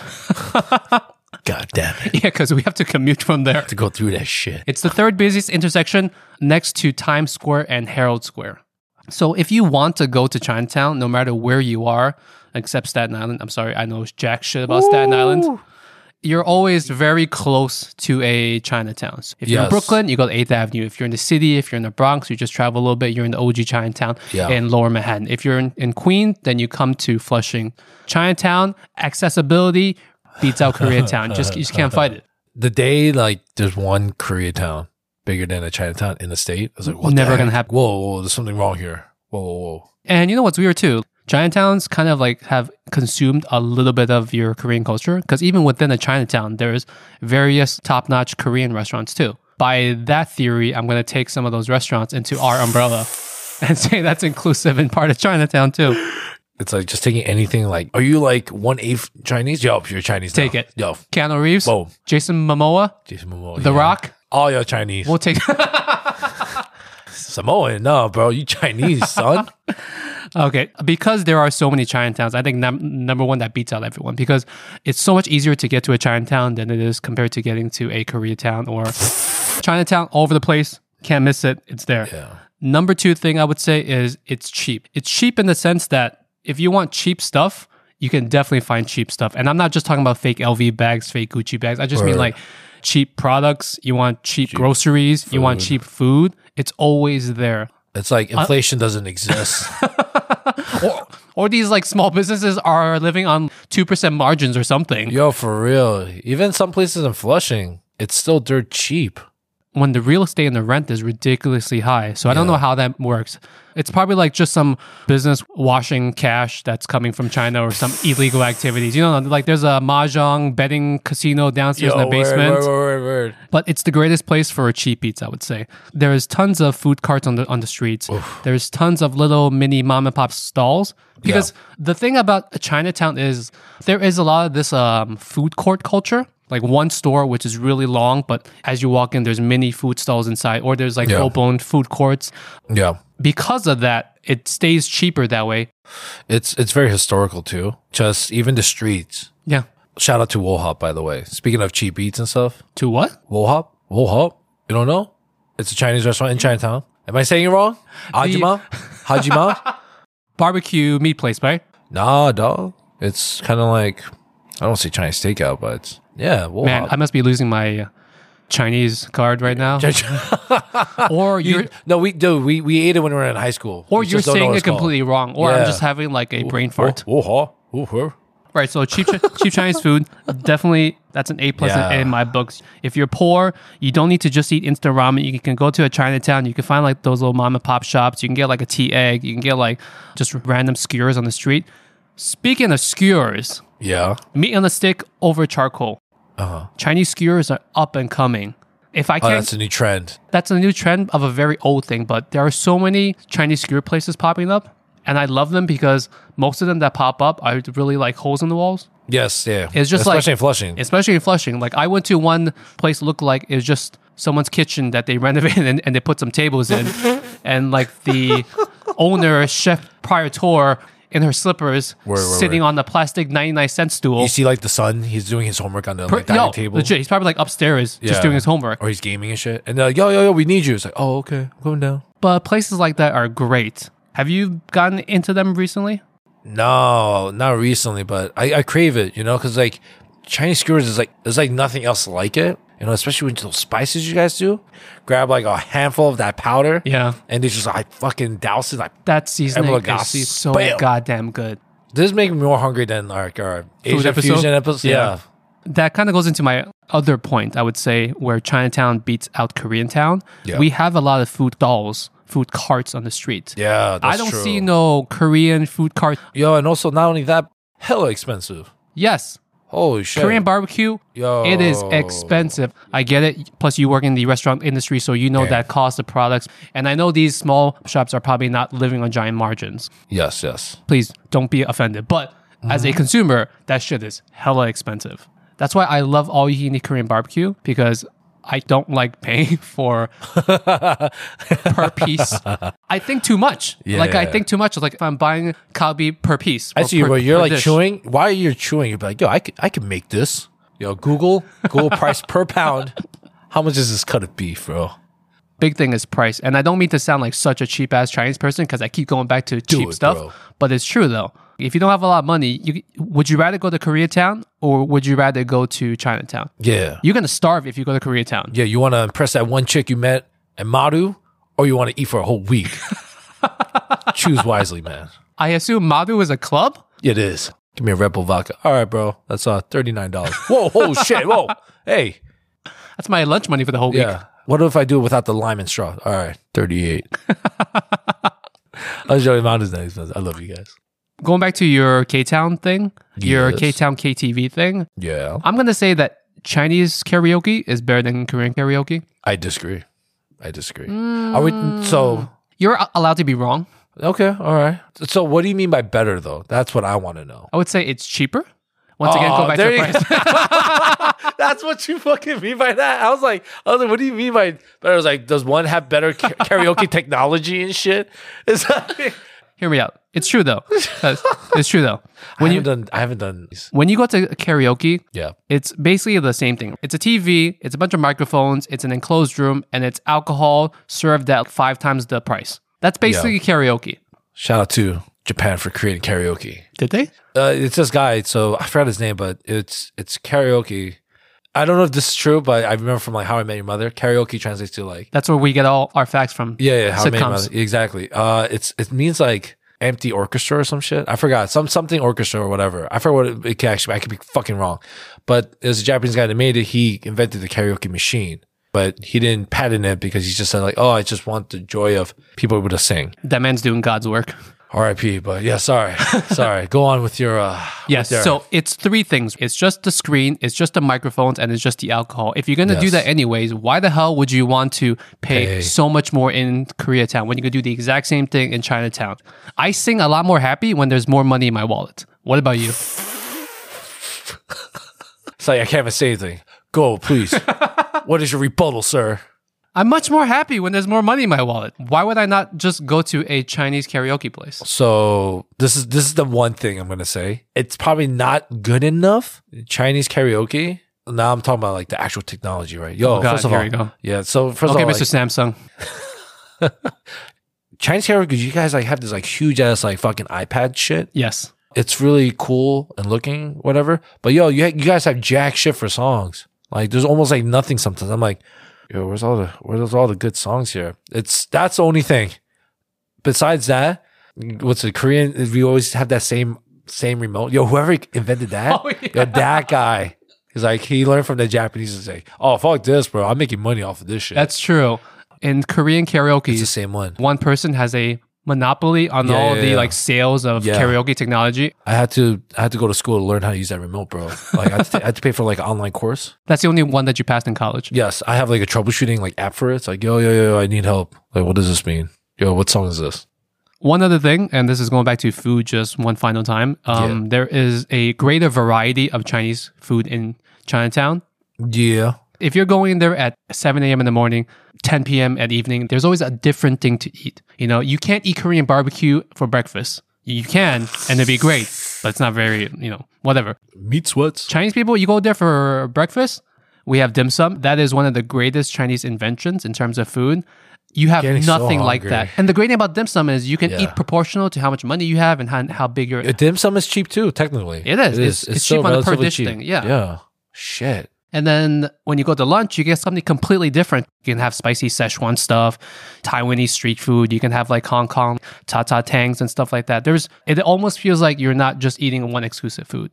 B: God damn it.
A: yeah, because we have to commute from there.
B: To go through that shit.
A: It's the third busiest intersection next to Times Square and Herald Square. So if you want to go to Chinatown, no matter where you are, except Staten Island, I'm sorry, I know jack shit about Staten Island. You're always very close to a Chinatown. So if you're in
B: Yes.
A: Brooklyn, you go to 8th Avenue. If you're in the city, if you're in the Bronx, you just travel a little bit, you're in the OG Chinatown
B: Yeah.
A: in Lower Manhattan. If you're in, in Queens, then you come to Flushing. Chinatown, accessibility beats out Koreatown. just, you just can't fight it.
B: The day like there's one Koreatown bigger than a Chinatown in the state, I was like, what
A: Never
B: the
A: gonna
B: heck?
A: happen.
B: Whoa, whoa, there's something wrong here. Whoa, whoa, whoa.
A: And you know what's weird too? Chinatowns kind of like have consumed a little bit of your Korean culture because even within a Chinatown, there's various top notch Korean restaurants too. By that theory, I'm going to take some of those restaurants into our umbrella and say that's inclusive and part of Chinatown too.
B: It's like just taking anything like, are you like one eighth Chinese? Yo, you're Chinese.
A: Take
B: now.
A: it.
B: Yo,
A: Keanu Reeves,
B: Whoa.
A: Jason Momoa,
B: Jason Momoa.
A: The
B: yeah.
A: Rock,
B: Oh, you're Chinese.
A: we'll take.
B: Samoan. No, bro, you Chinese, son.
A: Okay, because there are so many Chinatowns, I think num- number one that beats out everyone because it's so much easier to get to a Chinatown than it is compared to getting to a Koreatown or Chinatown all over the place. Can't miss it. It's there.
B: Yeah.
A: Number two thing I would say is it's cheap. It's cheap in the sense that if you want cheap stuff, you can definitely find cheap stuff. And I'm not just talking about fake LV bags, fake Gucci bags. I just mean
B: Word.
A: like cheap products. You want cheap, groceries. You want
B: food.
A: cheap food. It's always there.
B: It's like
A: Uh,
B: inflation doesn't exist.
A: or, or these like small businesses are living on 2% margins or something
B: Yo, for real. Even some places in Flushing, it's still dirt cheap.
A: when the real estate and the rent is ridiculously high. So I don't know how that works. It's probably like just some business washing cash that's coming from China or some illegal activities. You know, like there's a mahjong betting casino downstairs in the
B: word,
A: basement.
B: word, word, word, word.
A: but it's the greatest place for cheap eats, I would say. There's tons of food carts on the on the streets. There's tons of little mini mom and pop stalls because the thing about Chinatown is there is a lot of this um, food court culture. Like one store, which is really long, but as you walk in, there's mini food stalls inside, or there's like
B: Yeah.
A: open food courts.
B: Yeah.
A: Because of that, it stays cheaper that way.
B: It's it's very historical too. Just even the streets.
A: Yeah.
B: Shout out to Wohop, by the way. Speaking of cheap eats and stuff,
A: To what?
B: Wohop, Wohop. You don't know? It's a Chinese restaurant in Chinatown. Am I saying it wrong? Hajima, Hajima.
A: Barbecue meat place, right?
B: Nah, dog. It's kind of like I don't say Chinese takeout, but it's- yeah, Wohop.
A: Man, I must be losing my uh, Chinese card right now. or you're,
B: no, we do. We we ate it when we were in high school.
A: Or
B: We
A: you're
B: just don't know
A: saying
B: what
A: it
B: it's called.
A: completely wrong, or I'm
B: Yeah.
A: just having like a brain fart.
B: Wohop, Wohop.
A: Right. So cheap, Chi- cheap Chinese food, definitely that's an A plus in-
B: Yeah.
A: in my books. If you're poor, you don't need to just eat instant ramen. You can go to a Chinatown. You can find like those little mom and pop shops. You can get like a tea egg. You can get like just random skewers on the street. Speaking of skewers,
B: Yeah.
A: meat on a stick over charcoal. Chinese skewers are up and coming. If I
B: Uh-huh. Oh,
A: can't
B: that's a new trend.
A: that's a new trend of a very old thing, but there are so many Chinese skewer places popping up, and I love them because most of them that pop up are really like holes in the walls,
B: Yes, yeah.
A: It's just like-
B: especially in Flushing.
A: especially in Flushing. Like I went to one place looked like it was just someone's kitchen that they renovated and, and they put some tables in, and like the owner, Chef Prior Tour, in her slippers,
B: Word, word,
A: sitting on the plastic ninety nine cent stool.
B: you see, like the son, he's doing his homework on the like, dining
A: Yo,
B: table,
A: legit, he's probably like upstairs
B: Yeah.
A: just doing his homework.
B: or he's gaming and shit. And they're like, yo, yo, yo, we need you. It's like, oh, okay, I'm going down.
A: But places like that are great. Have you gotten into them recently?
B: No, not recently, but I, I crave it, you know, because like Chinese skewers is like, there's like nothing else like it, you know, especially with those spices you guys do. Grab like a handful of that powder.
A: Yeah.
B: And they just like fucking douse it. Like,
A: That seasoning
B: Emerald
A: is
B: Goss.
A: so
B: Bam.
A: goddamn good.
B: this is making me more hungry than like our Asian
A: episode?
B: fusion episode.
A: Yeah.
B: Yeah.
A: That kind of goes into my other point, I would say, where Chinatown beats out Koreantown.
B: Yeah.
A: We have a lot of food stalls, food carts on the street.
B: Yeah.
A: I
B: that's
A: don't
B: true.
A: see no Korean food cart.
B: Yo, and also not only that, hella expensive.
A: Yes,
B: Holy shit.
A: Korean barbecue.
B: Yo.
A: It is expensive. I get it. Plus, you work in the restaurant industry, so you know that cost of products. And I know these small shops are probably not living on giant margins.
B: Yes, yes.
A: Please don't be offended. But as
B: Mm-hmm.
A: a consumer, that shit is hella expensive. That's why I love all you can eat Korean barbecue because I don't like paying for per piece. I think too much. like I
B: yeah.
A: think too much. Like if I'm buying kalbi per piece.
B: I
A: or
B: see you,
A: per-
B: bro. You're
A: per
B: like
A: dish.
B: chewing. Why are you chewing? You're like, yo, I could, I could make this. Yo, Google, Google price per pound. How much is this cut of beef, bro?
A: big thing is price. And I don't mean to sound like such a cheap ass Chinese person because I keep going back to cheap
B: it,
A: stuff,
B: bro.
A: but it's true though. If you don't have a lot of money, you, would you rather go to Koreatown or would you rather go to Chinatown?
B: Yeah.
A: You're gonna starve if you go to Koreatown.
B: Yeah, you want to impress that one chick you met at Madu, or you want to eat for a whole week? Choose wisely, man.
A: I assume Madu is a club.
B: It is. Give me a Red Bull vodka. All right, bro. That's uh $39. Whoa, whoa, shit. Whoa. Hey.
A: That's my lunch money for the whole week.
B: Yeah. What if I do it without the lime and straw? All right, 38. I was joking. Mine is nice. I love you guys.
A: Going back to your K Town thing, your
B: Yes.
A: K Town KTV thing,
B: Yeah.
A: I'm gonna say that Chinese karaoke is better than Korean karaoke.
B: I disagree. I disagree. Are we so
A: You're a- allowed to be wrong.
B: okay? All right. So what do you mean by better though? That's what I want to know.
A: I would say it's cheaper. Once again, go
B: Oh,
A: back
B: there
A: to
B: you-
A: price.
B: That's what you fucking mean by that. I was like, I was like, what do you mean by better? I was like, does one have better ca- karaoke technology and shit? Is that
A: Hear me out. It's true though. Uh, it's true though. When
B: when I
A: you
B: haven't done? I haven't done these.
A: when you go to karaoke,
B: Yeah.
A: it's basically the same thing. It's a TV, it's a bunch of microphones, it's an enclosed room, and it's alcohol served at five times the price. That's basically karaoke.
B: Shout out to Japan for creating karaoke.
A: Did they?
B: Uh, it's this guy. So I forgot his name, but it's it's karaoke. I don't know if this is true, but I remember from like How I Met Your Mother, karaoke translates to like
A: That's where we get all our facts from.
B: Yeah, yeah, how many
A: Sitcoms.
B: miles- exactly. Uh, it's it means like empty orchestra or some shit. I forgot some something orchestra or whatever. I forgot what it, it can actually. I could be fucking wrong, but there's a Japanese guy that made it. He invented the karaoke machine, but he didn't patent it because he just said like, "Oh, I just want the joy of people able to sing."
A: That man's doing God's work.
B: R.I.P. But yeah, sorry, sorry. Go on with your uh,
A: Yes.
B: there.
A: So it's three things. It's just the screen, it's just the microphones, and it's just the alcohol. If you're gonna do
B: Yes.
A: that anyways, why the hell would you want to pay,
B: Pay.
A: so much more in Koreatown when you could do the exact same thing in Chinatown? I sing a lot more happy when there's more money in my wallet. What about you?
B: it's like I can't even say anything. Go, please. what is your rebuttal, sir?
A: I'm much more happy when there's more money in my wallet. Why would I not just go to a Chinese karaoke place?
B: So this is this is the one thing I'm gonna say. It's probably not good enough. Chinese karaoke. Now I'm talking about like the actual technology, right? Yo,
A: Oh, God,
B: first of
A: here
B: all,
A: we go.
B: yeah. So first
A: Okay,
B: of all,
A: Mr.
B: like,
A: Samsung.
B: Chinese karaoke, you guys like have this like huge ass like fucking iPad shit.
A: Yes.
B: It's really cool and looking whatever. But yo, you ha- you guys have jack shit for songs. Like there's almost like nothing sometimes. I'm like, yo, where's all the where's all the good songs here? It's that's the only thing. Besides that, what's the Korean? We always have that same same remote. Yo, whoever invented that,
A: Oh, yeah.
B: yo, that guy is like he learned from the Japanese. He's like, oh fuck this, bro. I'm making money off of this shit.
A: That's true. In Korean karaoke,
B: it's the same one.
A: one person has a monopoly on
B: Yeah,
A: all
B: yeah,
A: the
B: yeah.
A: like sales of
B: Yeah.
A: karaoke technology.
B: I had to I had to go to school to learn how to use that remote, bro. Like I had to, I had to pay for like an online course.
A: That's the only one that you passed in college.
B: Yes, I have like a troubleshooting like app for it. It's like yo yo yo, I need help. Like what does this mean? Yo, what song is this?
A: One other thing, and this is going back to food just one final time. Um, There is a greater variety of Chinese food in Chinatown.
B: Yeah,
A: If you're going there at 7 a.m. in the morning, 10 p.m. at evening, there's always a different thing to eat. You know, you can't eat Korean barbecue for breakfast. You can, and it'd be great, but it's not very, you know, whatever.
B: meat sweats.
A: Chinese people, you go there for breakfast. We have dim sum. That is one of the greatest Chinese inventions in terms of food. You have
B: Getting so
A: nothing like that.
B: hungry.
A: And the great thing about dim sum is you can
B: Yeah.
A: eat proportional to how much money you have and how, how big your
B: Uh, Dim sum is cheap too, technically.
A: It is. It's- it's cheap on the per
B: relatively
A: dish thing, yeah.
B: Yeah. Shit.
A: And then when you go to lunch, you get something completely different. You can have spicy Szechuan stuff, Taiwanese street food. You can have like Hong Kong tata tangs and stuff like that. There's it almost feels like you're not just eating one exclusive food.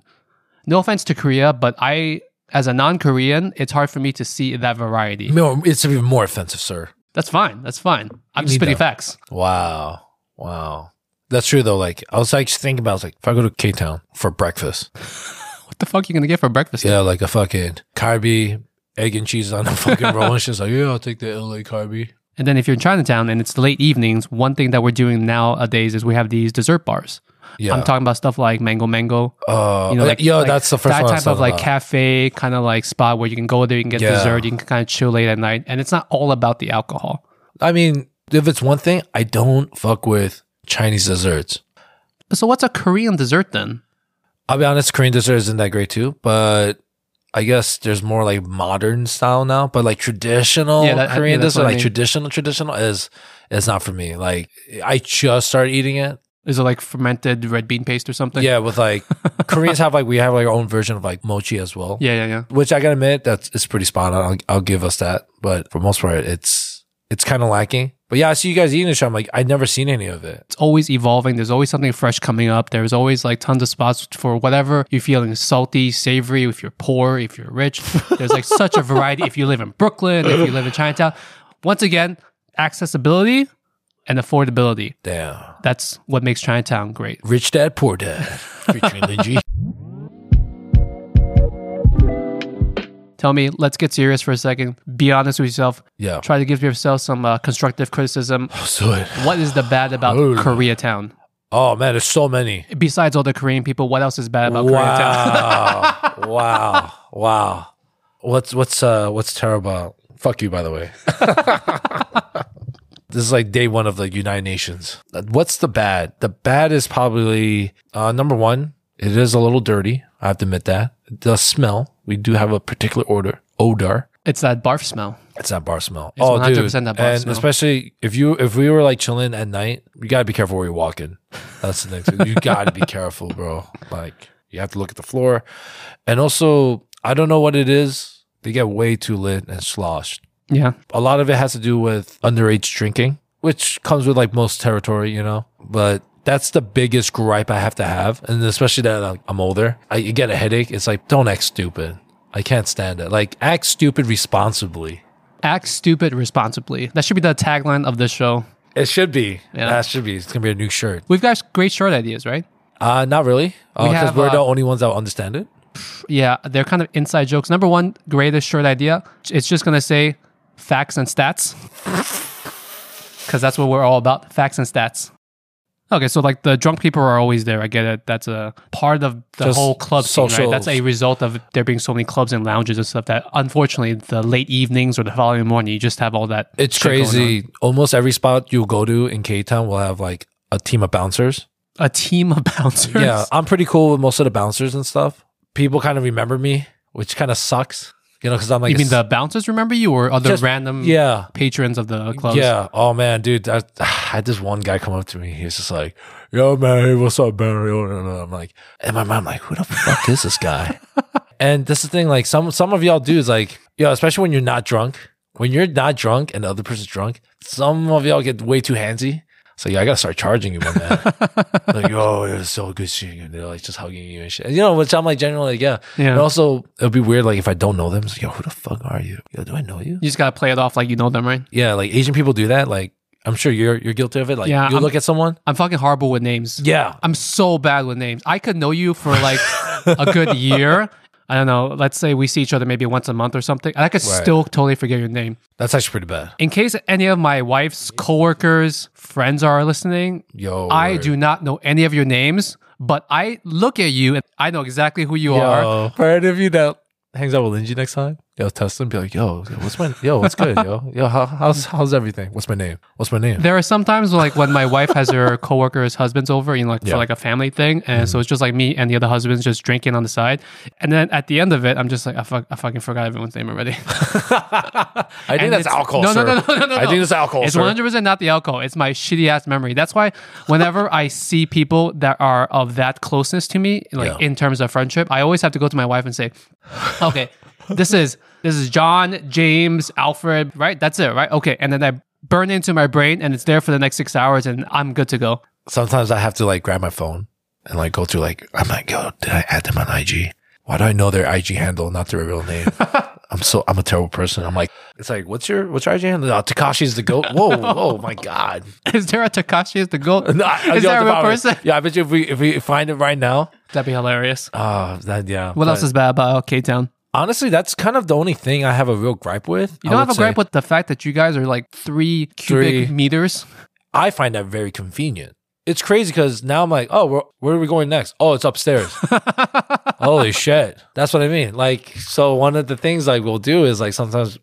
A: No offense to Korea, but I as a non-Korean, it's hard for me to see that variety.
B: No, it's even more offensive, sir.
A: That's fine. That's fine. I'm
B: You
A: just
B: need
A: spitting
B: that.
A: facts.
B: Wow. Wow. That's true though. Like I was like thinking about I was like if I go to K Town for breakfast.
A: What the fuck are you gonna get for breakfast?
B: Yeah, like a fucking carby, egg and cheese on a fucking roll and she's like, Yeah, I'll take the LA carby.
A: And then if you're in Chinatown and it's late evenings, one thing that we're doing nowadays is we have these dessert bars.
B: Yeah.
A: I'm talking about stuff like mango mango.
B: uh,
A: you know, like
B: yo,
A: like
B: that's the first
A: that
B: one. I
A: type
B: was
A: of
B: talking
A: like
B: about.
A: cafe kind of like spot where you can go there, you can get
B: Yeah.
A: dessert, you can kind of chill late at night, and it's not all about the alcohol.
B: I mean, if it's one thing, I don't fuck with Chinese desserts.
A: So what's a Korean dessert then?
B: I'll be honest, Korean dessert isn't that great too, but I guess there's more like modern style now. But like traditional
A: Yeah, that- yeah,
B: Korean
A: that's
B: dessert,
A: what I
B: like
A: mean.
B: traditional traditional is is not for me. Like I just started eating it.
A: Is it like fermented red bean paste or something?
B: yeah, with like Koreans have like we have like our own version of like mochi as well.
A: yeah, yeah, yeah.
B: Which I gotta admit, that's it's pretty spot on. I'll, I'll give us that. But for most part, it's it's kind of lacking. But yeah, I see you guys eating this. I'm like, I've never seen any of it.
A: It's always evolving. There's always something fresh coming up. There's always like tons of spots for whatever you're feeling salty, savory. If you're poor, if you're rich, there's like such a variety. If you live in Brooklyn, if you live in Chinatown, once again, accessibility and affordability.
B: Damn,
A: That's what makes Chinatown great.
B: rich dad, poor dad, featuring Lin Ji.
A: Tell me, let's get serious for a second. Be honest with yourself.
B: Yeah,
A: Try to give yourself some uh, constructive criticism.
B: so it.
A: What is the bad about
B: Oh.
A: Koreatown?
B: Oh man, there's so many.
A: Besides all the Korean people, what else is bad about Koreatown?
B: wow. wow. Wow. What's what's uh what's terrible? Fuck you by the way. this is like day 1 of the United Nations. Uh, What's the bad? The bad is probably uh number 1, it is a little dirty. I have to admit that. The smell, we do have a particular order, odor.
A: it's that barf smell.
B: It's that bar smell. Oh,
A: It's 100% that bar
B: and
A: smell.
B: especially if you if we were like chilling at night, you gotta be careful where you're walking. That's the next. thing. You gotta be careful, bro. Like you have to look at the floor, and also I don't know what it is. They get way too lit and sloshed.
A: Yeah.
B: A lot of it has to do with underage drinking, which comes with like most territory, you know. But that's the biggest gripe I have to have, and especially that like, I'm older, I you get a headache. It's like don't act stupid. I can't stand it. Like act stupid responsibly.
A: Act stupid responsibly. That should be the tagline of this show.
B: It should be.
A: Yeah.
B: That should be. It's gonna be a new shirt.
A: We've got great shirt ideas, right?
B: Uh not really.
A: We
B: Because
A: have,
B: we are the
A: uh,
B: only ones that understand it.
A: Yeah, they're kind of inside jokes. Number one, greatest shirt idea. It's just going to say facts and stats. Because that's what we're all about facts and stats. Okay, so like the drunk people are always there. I get it. That's a part of the
B: Just
A: whole club scene, right?
B: social-
A: That's a result of there being so many clubs and lounges and stuff that unfortunately the late evenings or the following morning, you just have all that.
B: It's
A: shit going on.
B: crazy. Almost every spot you go to in K Town will have like a team of bouncers.
A: A team of bouncers.
B: Yeah. I'm pretty cool with most of the bouncers and stuff. People kind of remember me, which kind of sucks. You know, because I'm like
A: you mean
B: it's-
A: the bouncers remember you or other
B: Just-
A: random
B: Yeah.
A: patrons of the clubs?
B: Yeah. Oh man, dude, that, I had this one guy come up to me. He was just like, "Yo, man, hey, what's up, man?" Yo, yo, yo. I'm like, and my mom like, "Who the fuck is this guy?" and that's the thing. Like some some of y'all dudes, like, yo, especially when you're not drunk. When you're not drunk and the other person's drunk, some of y'all get way too handsy. So yeah, I gotta start charging you, my man. like, yo, it was so good seeing you. And they're like just hugging you and shit. And, you know, which I'm like generally like, yeah.
A: Yeah.
B: And also, it'd be weird like if I don't know them. It's like, yo, who the fuck are you? Yo, do I know you?
A: You just got to play it off like you know them, right?
B: yeah, like Asian people do that. Like I'm sure you're you're guilty of it. Like
A: Yeah,
B: you
A: I'm-
B: look at someone.
A: I'm fucking horrible with names.
B: Yeah.
A: I'm so bad with names. I could know you for like a good year. I don't know. Let's say we see each other maybe once a month or something. And I could
B: Right.
A: still totally forget your name.
B: That's actually pretty bad.
A: In case any of my wife's coworkers, friends are listening,
B: Yo.
A: I
B: word.
A: do not know any of your names, but I look at you and I know exactly who you are.
B: Yo. Part of you that hangs out with Linji next time. They'll test them, be like, yo, what's my, yo, what's good, yo? Yo, how, how's, how's everything? What's my name? What's my name?
A: There are sometimes like when my wife has her coworkers' husbands over, you know, like
B: Yeah.
A: for like a family thing, and so it's just like me and the other husbands just drinking on the side, and then at the end of it, I'm just like, I, fuck, I fucking forgot everyone's name already.
B: I think
A: And
B: that's
A: it's-
B: alcohol,
A: No,
B: sir.
A: no, no, no, no, no.
B: I think it's alcohol,
A: It's
B: sir.
A: 100 percent not the alcohol. It's my shitty ass memory. That's why whenever I see people that are of that closeness to me, like
B: Yeah.
A: in terms of friendship, I always have to go to my wife and say, "Okay, this is this is John, James, Alfred, right? That's it, right? Okay." And then I burn into my brain, and it's there for the next six hours, and I'm good to go.
B: Sometimes I have to like grab my phone and like go through like, I'm like, yo, did I add them on IG? Why do I know their IG handle, not their real name? I'm so I'm a terrible person. I'm like, it's like, what's your what's your IG handle? Oh, Takashi's the goat. Whoa, whoa, my god.
A: Is there a Takashi as the goat?
B: No, I-
A: is
B: yo,
A: there a real
B: Devon,
A: person?
B: Yeah, I bet you if we if we find it right now,
A: That'd be hilarious.
B: uh, that yeah.
A: What
B: But
A: else is bad about K Town?
B: honestly? That's kind of the only thing I have a real gripe with.
A: You
B: I
A: don't
B: would
A: have a
B: say.
A: gripe with the fact that you guys are like three cubic
B: Three.
A: meters.
B: I find that very convenient. It's crazy because now I'm like, oh, where, where are we going next? Oh, it's upstairs. Holy shit. That's what I mean. Like, so one of the things like we'll do is like sometimes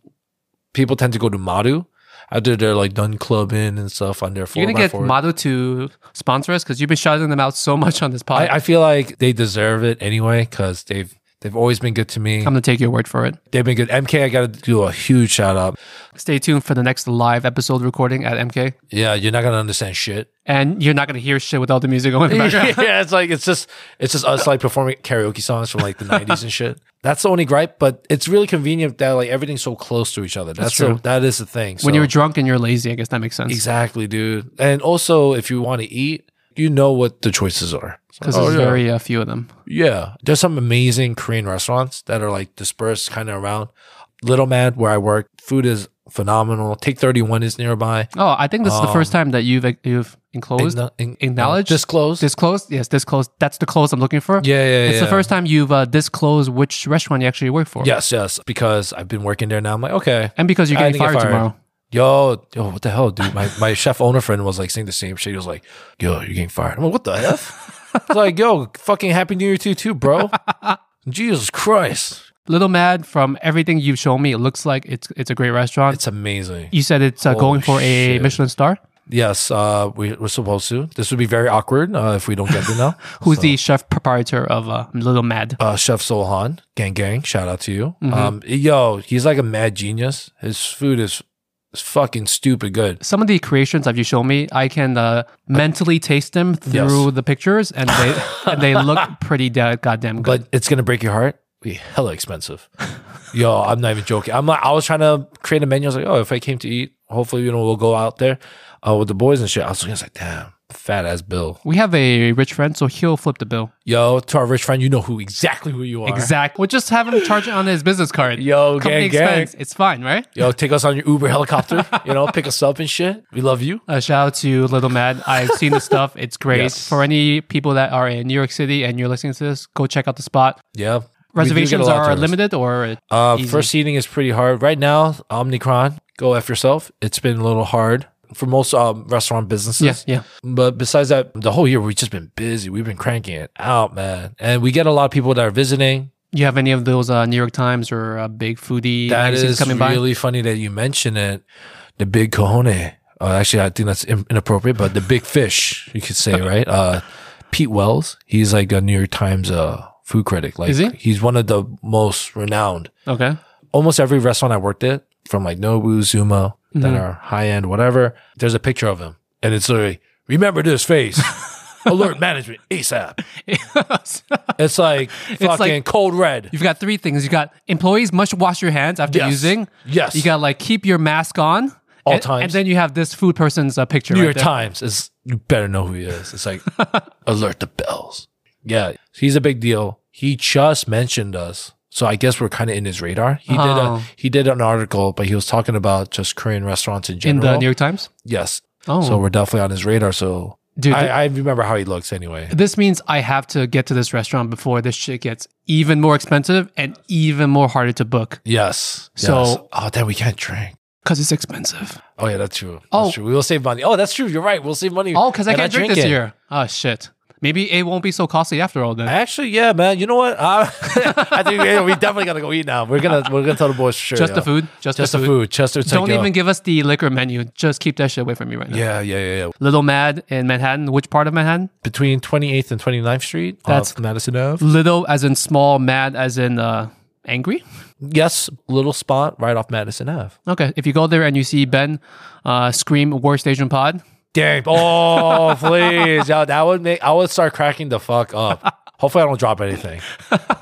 B: people tend to go to Madu after they're like done clubbing and stuff on their 4
A: You're gonna
B: by
A: get
B: four.
A: Mado to sponsor us because you've been shouting them out so much on this pod.
B: I,
A: I,
B: I feel like they deserve it anyway because they've they've always been good to me.
A: am gonna take your word for it.
B: they've been good. MK, I got to do a huge shout out.
A: Stay tuned for the next live episode recording at MK,
B: Yeah, you're not gonna understand shit.
A: and you're not gonna hear shit with all the music going in the background.
B: yeah, it's like it's just it's just us like performing karaoke songs from like the nineties and shit. That's the only gripe, but it's really convenient that like everything's so close to each other. That's,
A: true.
B: The, that is the thing.
A: When
B: So-
A: you're drunk and you're lazy, I guess that makes sense.
B: exactly, dude. And also, if you want to eat, you know what the choices are.
A: Because
B: Oh,
A: there's
B: yeah.
A: very uh, few of them.
B: yeah. There's some amazing Korean restaurants that are like dispersed kind of around. Little Man, where I work, food is phenomenal. Take Thirty One is nearby.
A: Oh, I think this is the first
B: Um,
A: time that you've you've enclosed,
B: Acknow- in-
A: acknowledged,
B: disclosed.
A: disclosed. Yes, disclosed. That's the close I'm looking for.
B: yeah, yeah,
A: it's
B: yeah.
A: the first time you've uh, disclosed which restaurant you actually work for.
B: Yes, yes. Because I've been working there now. I'm like, okay,
A: and because you're
B: I
A: getting
B: didn't
A: fired,
B: get fired.
A: tomorrow.
B: yo, yo, what the hell, dude? My my chef owner friend was like saying the same shit. He was like, yo, you're getting fired. I'm like, what the f? It's like, yo, fucking happy New Year to you too, bro. Jesus Christ,
A: Little Mad, from everything you've shown me, it looks like it's it's a great restaurant.
B: it's amazing.
A: you said it's uh,
B: Holy
A: going for a
B: shit.
A: Michelin star.
B: Yes, uh, we, we're supposed to. This would be very awkward uh, if we don't get there now.
A: Who's the chef proprietor of uh, Little Mad?
B: Uh, chef Solhan, gang gang, shout out to you.
A: Mm-hmm.
B: Um, yo, he's like a mad genius. His food is, is fucking stupid good.
A: Some of the creations that you show me, I can uh, mentally taste them through the pictures, and they and they look pretty da- goddamn good.
B: but it's gonna break your heart. Be hella expensive. Yo, I'm not even joking. I'm like, I was trying to create a menu. I was like, oh, if I came to eat, hopefully, you know, we'll go out there uh, with the boys and shit. I was looking, I was like, damn, fat ass bill.
A: we have a rich friend, so he'll flip the bill.
B: Yo, to our rich friend, you know who exactly who you are.
A: Exactly. We'll just have him charge it on his business card.
B: Yo,
A: Company
B: gang, gang.
A: expense. It's fine, right?
B: Yo, take us on your Uber helicopter. you know, pick us up and shit. We love you.
A: A shout out to Little Mad. I've seen the stuff. It's great.
B: Yes.
A: For any people that are in New York City and you're listening to this, go check out the spot.
B: Yeah. We do get a
A: Reservations
B: lot of
A: are
B: tourists.
A: limited or
B: Uh,
A: Easy.
B: first seating is pretty hard right now. Omnicron, go f yourself. It's been a little hard for most um, restaurant businesses.
A: yeah, yeah.
B: But besides that, the whole year we've just been busy. We've been cranking it out, man. And we get a lot of people that are visiting.
A: You have any of those uh, New York Times or uh, big foodie
B: That
A: magazines
B: is
A: coming by?
B: really funny that you mention it. The big cojones. Uh, actually, I think that's in- inappropriate, but the big fish, you could say, right? Uh, Pete Wells, he's like a New York Times uh, food critic. Like,
A: Is he?
B: He's one of the most renowned.
A: Okay.
B: Almost every restaurant I worked at, from like Nobu, Zuma, that
A: Mm-hmm.
B: are high end, whatever, there's a picture of him. And it's literally, remember this face. Alert management ASAP. It's like fucking
A: like-
B: cold red.
A: You've got three things. You got employees must wash your hands after
B: Yes.
A: using.
B: Yes.
A: You got like keep your mask on
B: All
A: and,
B: times.
A: And then you have this food person's uh, picture.
B: New
A: right
B: York
A: there.
B: Times is you better know who he is. It's like alert the bells. Yeah, he's a big deal. He just mentioned us. So I guess we're kind of in his radar. He did
A: Oh.
B: a, he did an article, but he was talking about just Korean restaurants in
A: in
B: general.
A: the New York Times.
B: yes.
A: Oh,
B: So we're definitely on his radar. So
A: dude.
B: I,
A: th-
B: I remember how he looks anyway.
A: this means I have to get to this restaurant before this shit gets even more expensive and even more harder to book
B: Yes.
A: So-
B: yes. oh, then we can't drink.
A: because it's expensive.
B: Oh yeah, that's true. That's
A: Oh.
B: true. We will save money. Oh, that's true. You're right. We'll save money.
A: Oh, because I
B: And
A: can't drink, this
B: it.
A: year. Oh shit. Maybe it won't be so costly after all. Then
B: Actually, yeah, man. You know what? I, I think yeah, we definitely gotta go eat now. We're gonna we're gonna tell the boys for sure.
A: just the
B: yo.
A: food, just,
B: Just the food. Chester. it's
A: Don't
B: like, yo.
A: even give us the liquor menu. Just keep that shit away from me right now.
B: Yeah, yeah, yeah, yeah.
A: Little Mad in Manhattan. Which part of Manhattan?
B: Between 28th and 29th Street.
A: That's-
B: off Madison Ave.
A: Little as in small, mad as in uh, angry.
B: Yes, little spot right off Madison Ave.
A: Okay, if you go there and you see Ben uh, scream "Worst Asian Pod,"
B: Dang. Oh, please. Yo, that would make I would start cracking the fuck up. Hopefully I don't drop anything.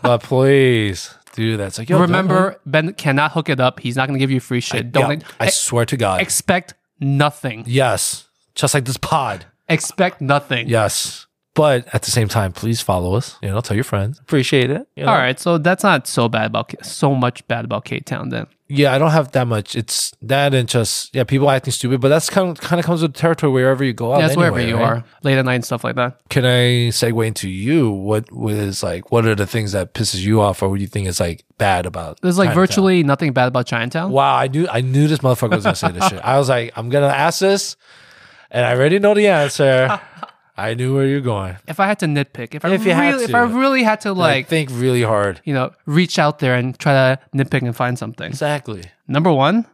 B: But please do that. It's like, yo,
A: remember Ben cannot hook it up. He's not going to give you free shit.
B: don't-
A: Don't e-
B: yeah, I swear to God.
A: expect nothing.
B: yes. Just like this pod.
A: Expect nothing.
B: Yes. But at the same time, please follow us. You know, tell your friends. Appreciate it. you know?
A: All right, so that's not so bad about K- so much bad about K Town then.
B: Yeah, I don't have that much. It's that and just yeah, people acting stupid. But that's kind of kind of comes with the territory wherever you go out.
A: that's wherever
B: Oh, anyway,
A: you
B: right?
A: are, late at night and stuff like that.
B: Can I segue into you? What was like? What are the things that pisses you off, or what do you think is like bad about?
A: There's like
B: Chinatown?
A: virtually nothing bad about Chinatown.
B: Wow, I knew I knew this motherfucker was gonna say this shit. I was like, I'm gonna ask this, and I already know the answer. I knew where you're going.
A: If I had to nitpick, if I
B: If you had
A: really, if I
B: to.
A: really had to
B: Like,
A: like,
B: think really hard.
A: you know, reach out there and try to nitpick and find something.
B: Exactly.
A: Number one,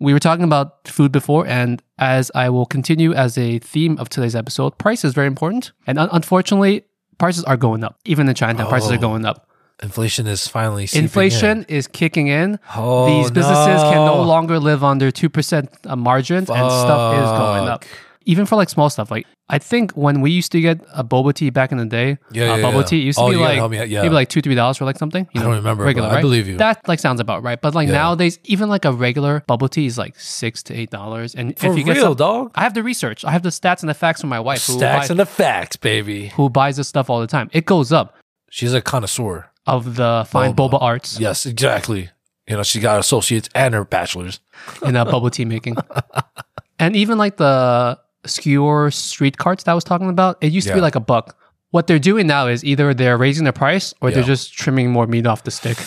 A: we were talking about food before, and as I will continue as a theme of today's episode, price is very important. And un- unfortunately, prices are going up. Even in China, prices
B: Oh.
A: are going up.
B: Inflation is finally seeping in.
A: Inflation is kicking in.
B: Oh,
A: These businesses can no
B: no.
A: longer live under 2% uh, margins, and stuff is going up.
B: Fuck.
A: Even for like small stuff, like I think when we used to get a boba tea back in the day,
B: Yeah,
A: uh,
B: yeah,
A: bubble
B: yeah.
A: tea it used to
B: Oh,
A: be
B: you gotta
A: like
B: help me out, yeah.
A: maybe like two three dollars for like something. You
B: I don't remember,
A: regular,
B: but I
A: right?
B: believe you.
A: That like sounds about right. But like
B: Yeah.
A: nowadays, even like a regular bubble tea is like six to eight dollars. And
B: For
A: if you get
B: real,
A: some,
B: dog.
A: I have the research. I have the stats and the facts from my wife who, buy,
B: Stacks and the facts, baby.
A: who buys this stuff all the time. It goes up
B: She's a connoisseur.
A: of the fine
B: Boba.
A: boba, arts
B: Yes, exactly. You know, she got her associates and her bachelors.
A: in uh, bubble tea making, and even like the skewer street carts that I was talking about. It used to be
B: Yeah.
A: like a buck. What they're doing now is either they're raising the price or they're
B: Yeah.
A: just trimming more meat off the stick.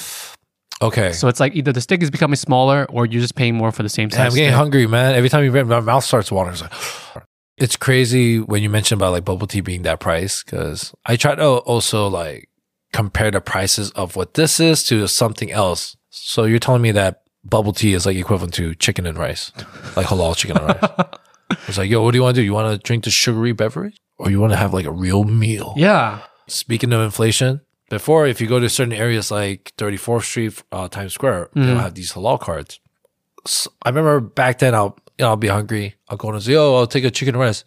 B: Okay.
A: So it's like either the stick is becoming smaller or you're just paying more for the same
B: Damn,
A: size.
B: I'm getting
A: stick.
B: hungry, man. Every time you bring my mouth starts watering. It's, like, it's crazy when you mentioned about like bubble tea being that price because I try to also like compare the prices of what this is to something else. So you're telling me that bubble tea is like equivalent to chicken and rice, like halal chicken and rice. It's like, yo, what do you want to do? You want to drink the sugary beverage or you want to have like a real meal?
A: Yeah.
B: Speaking of inflation, before if you go to certain areas like 34th Street, uh, Times Square, they'll
A: Mhm.
B: have these halal cards. S I I remember back then, I'll you know, I'll be hungry. I'll go and say, "Yo, I'll take a chicken rice,"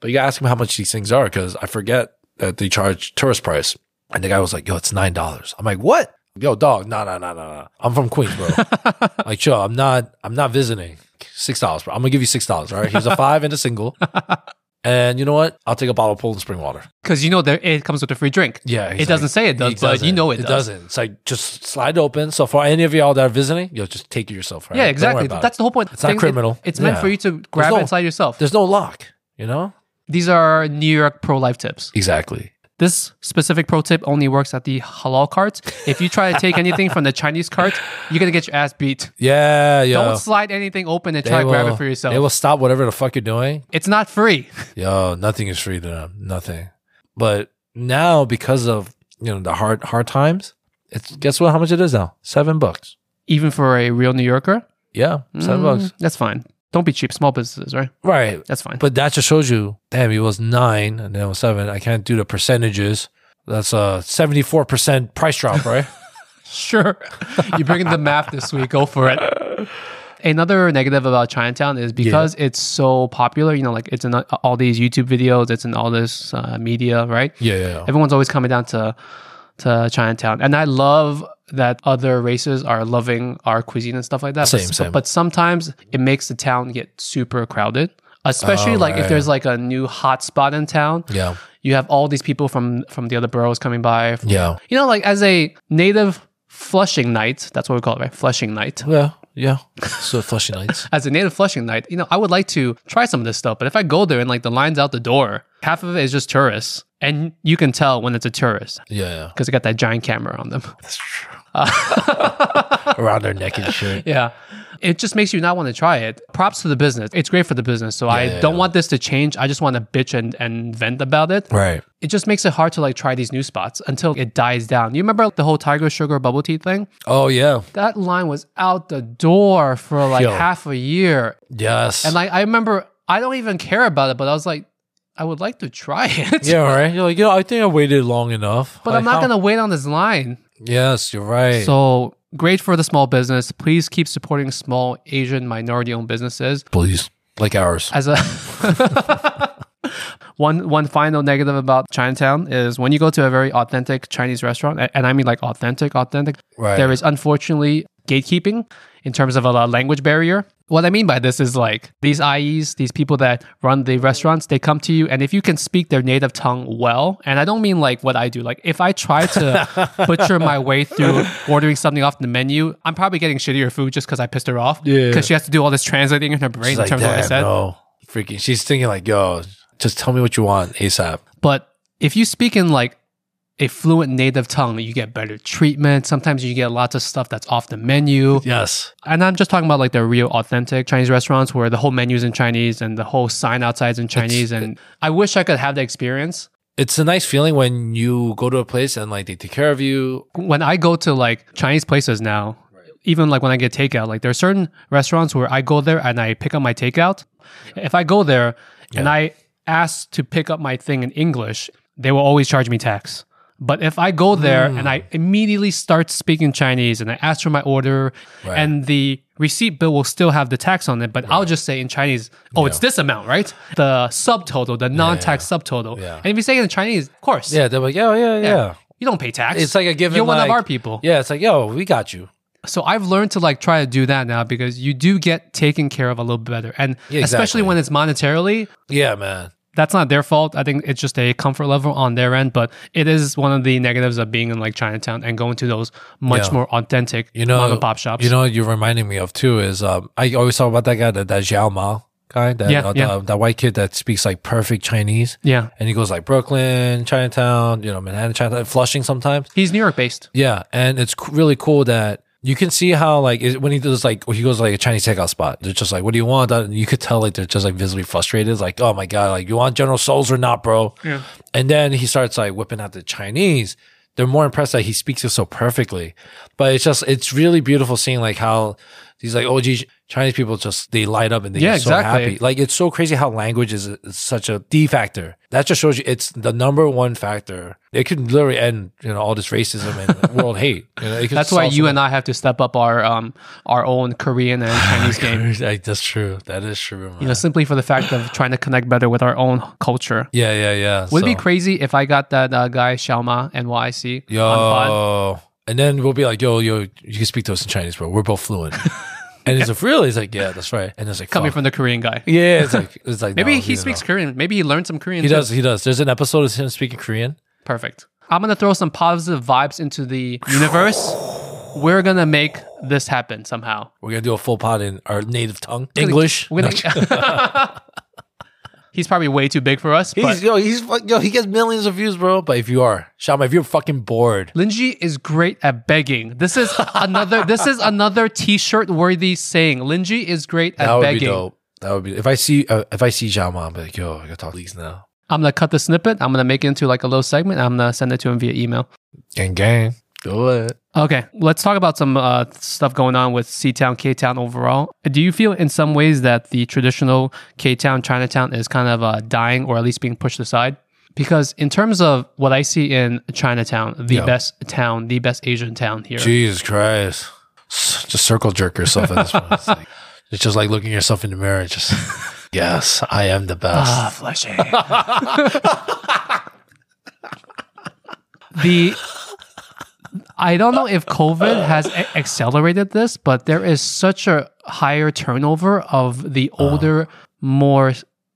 B: but you gotta ask them how much these things are because I forget that they charge tourist price. And the guy was like, "Yo, it's nine dollars." I'm like, "What?" Yo, dog, no, no, no, no, no. I'm from Queens, bro. like, chill. I'm not. I'm not visiting. Six dollars, bro. I'm gonna give you six dollars. All right. Here's a five and a single. And you know what? I'll take a bottle of Poland spring water.
A: Because you know there, it comes with a free drink.
B: Yeah,
A: It doesn't say it does,
B: It
A: but you
B: doesn't.
A: know it, does.
B: doesn't. It's like just slide open. So for any of y'all that are visiting, you'll just take it yourself. Right?
A: Yeah,
B: Don't worry
A: exactly.
B: about
A: That's
B: it.
A: the whole point.
B: It's not
A: Thing- it-
B: criminal.
A: it's meant
B: Yeah.
A: for you to grab
B: no-
A: it inside yourself.
B: There's no lock. You know.
A: These are New York pro life tips.
B: Exactly.
A: This specific pro tip only works at the halal cart. If you try to take anything from the Chinese cart, you're gonna get your ass beat.
B: Yeah, yeah.
A: Don't slide anything open and try to grab it for yourself.
B: They will stop whatever the fuck you're doing.
A: it's not free.
B: Yo, nothing is free to them. Nothing. But now because of you know the hard hard times, it's guess what? How much it is now? Seven bucks.
A: Even for a real New Yorker,
B: Yeah, seven
A: Mm,
B: bucks.
A: That's fine. Don't be cheap. Small businesses, right?
B: Right.
A: That's fine.
B: But that just shows you, damn, it was nine and then it was seven. I can't do the percentages. That's a seventy-four percent price drop, right?
A: Sure. You bring in the math this week. Go for it. Another negative about Chinatown is because it's so popular, you know, like it's in uh, all these YouTube videos, it's in all this uh, media, right?
B: yeah, yeah, yeah.
A: Everyone's always coming down to to Chinatown. And I love that other races are loving our cuisine and stuff like that.
B: Same,
A: but,
B: same.
A: but sometimes it makes the town get super crowded, especially
B: Oh,
A: like
B: right.
A: if there's like a new hot spot in town.
B: Yeah,
A: You have all these people from from the other boroughs coming by,
B: yeah,
A: you know, like as a native Flushing Knight, that's what we call it, right? Flushing Knight.
B: yeah, yeah. So flushing lights.
A: As a native Flushing Knight, you know, I would like to try some of this stuff, but if I go there and like the line's out the door, half of it is just tourists, and you can tell when it's a tourist
B: Yeah,
A: because they got that giant camera on them.
B: yeah. Around their neck and shit.
A: Yeah. It just makes you not want to try it. Props to the business. It's great for the business. So I
B: Yeah.
A: don't want this to change. I just want to bitch and, and vent about it.
B: Right.
A: It just makes it hard to like try these new spots until it dies down. You remember the whole Tiger Sugar bubble tea thing?
B: Oh yeah.
A: That line was out the door for like
B: Yo.
A: half a year.
B: Yes.
A: And like I remember I don't even care about it, but I was like, I would like to try it.
B: yeah. Right. You're like, yo, I think I waited long enough.
A: But
B: Like,
A: I'm not
B: how-
A: gonna wait on this line.
B: Yes, you're right.
A: So great for the small business. Please keep supporting small Asian minority owned businesses.
B: Please, like ours.
A: As a one one final negative about Chinatown is when you go to a very authentic Chinese restaurant, a- and I mean like authentic, authentic,
B: Right.
A: there is unfortunately gatekeeping in terms of a lot of language barrier. What I mean by this is like these IEs, these people that run the restaurants, they come to you, and if you can speak their native tongue well, and I don't mean like what I do, like if I try to butcher my way through ordering something off the menu, I'm probably getting shittier food just because I pissed her off.
B: Yeah.
A: Because she has to do all this translating in her brain
B: She's
A: in
B: like,
A: terms of what I
B: damn,
A: said.
B: no, freaking. She's thinking like, yo, just tell me what you want ASAP.
A: But if you speak in like a fluent native tongue, you get better treatment. Sometimes you get lots of stuff that's off the menu.
B: Yes.
A: And I'm just talking about like the real authentic Chinese restaurants where the whole menu's in Chinese and the whole sign outside's in Chinese. and I wish I could have that experience.
B: It's a nice feeling when you go to a place and like they take care of you.
A: When I go to like Chinese places now, even like when I get takeout, like there are certain restaurants where I go there and I pick up my takeout. If I go there and I ask to pick up my thing in English, they will always charge me tax. But if I go there and
B: Hmm.
A: I immediately start speaking Chinese and I ask for my order
B: Right.
A: and the receipt bill will still have the tax on it, but I'll just say in Chinese, oh, it's this amount, right? The subtotal, the non tax subtotal.
B: Yeah.
A: And if you say it in Chinese, of course,
B: Yeah, they're like, yo, yeah, yeah.
A: you don't pay tax.
B: It's like a given.
A: You're one of
B: like-
A: our people.
B: Yeah, it's like, yo, we got you.
A: So I've learned to like try to do that now because you do get taken care of a little bit better. And
B: Yeah,
A: especially
B: exactly.
A: when it's monetarily,
B: Yeah, man.
A: that's not their fault. I think it's just a comfort level on their end, but it is one of the negatives of being in like Chinatown and going to those much
B: Yeah.
A: more authentic
B: You know,
A: mom and pop shops.
B: You know, what you're reminding me of too is um, I always talk about that guy, that, that Xiao Mao guy, that,
A: Yeah,
B: uh,
A: yeah.
B: that that white kid that speaks like perfect Chinese,
A: yeah.
B: and he goes like Brooklyn, Chinatown, you know, Manhattan, Chinatown, Flushing sometimes.
A: He's New York based.
B: Yeah, and it's c- really cool that you can see how like it, when he does like when he goes to, like a Chinese takeout spot, they're just like, "What do you want?" And you could tell like they're just like visibly frustrated, like, "Oh my god, like you want General Souls or not, bro?"
A: Yeah.
B: And then he starts like whipping out the Chinese. They're more impressed that he speaks it so perfectly, but it's just it's really beautiful seeing like how these like OG Chinese people just they light up and they
A: Yeah,
B: get so
A: exactly.
B: happy. Like it's so crazy how language is, is such a D factor. That just shows you it's the number one factor. It could literally end you know all this racism and world hate. You know, it could
A: That's why
B: solve
A: you
B: so
A: and I have to step up our um our own Korean and Chinese game.
B: many- Like, that's true. That is true. Man.
A: You know, simply for the fact of trying to connect better with our own culture.
B: yeah, yeah, yeah.
A: Would it
B: So-
A: be crazy if I got that uh, guy Shalma NYC on pod?
B: Yo. And then we'll be like, yo, yo, you can speak to us in Chinese, bro. We're both fluent. and he's like, really? He's like, yeah, that's right. And it's like,
A: coming
B: fuck.
A: from the Korean guy.
B: yeah, it's like, it's like,
A: Maybe
B: no,
A: he
B: don't
A: speaks
B: know.
A: Korean. Maybe he learned some Korean.
B: He
A: too.
B: does. He does. There's an episode of him speaking Korean.
A: Perfect. I'm gonna throw some positive vibes into the universe. We're gonna make this happen somehow.
B: We're gonna do a full pod in our native tongue,
A: We're gonna-
B: English.
A: We're gonna, he's probably way too big for us,
B: No,
A: but
B: he's yo, he's fuck- yo, he gets millions of views, bro. But if you are, Shama, if you're fucking bored,
A: Linji is great at begging. This is another. this is another T-shirt worthy saying. Linji is great
B: that
A: at
B: would be
A: begging.
B: dope. That would be. If I see, uh, if I see Shama, I'm like, yo, I gotta talk to these now.
A: I'm gonna cut the snippet. I'm gonna make it into like a little segment. I'm gonna send it to him via email.
B: Gang, gang, do it.
A: Okay, let's talk about some uh, stuff going on with C Town, K Town overall. Do you feel in some ways that the traditional K Town, Chinatown is kind of uh, dying or at least being pushed aside? Because in terms of what I see in Chinatown, the
B: Yeah.
A: best town, the best Asian town here.
B: Jesus Christ. S- Just circle jerk yourself at this point. It's, like- it's just like looking yourself in the mirror. Just, yes, I am the best.
A: Ah, Flushing. the I don't know if COVID has a- accelerated this, but there is such a higher turnover of the older, more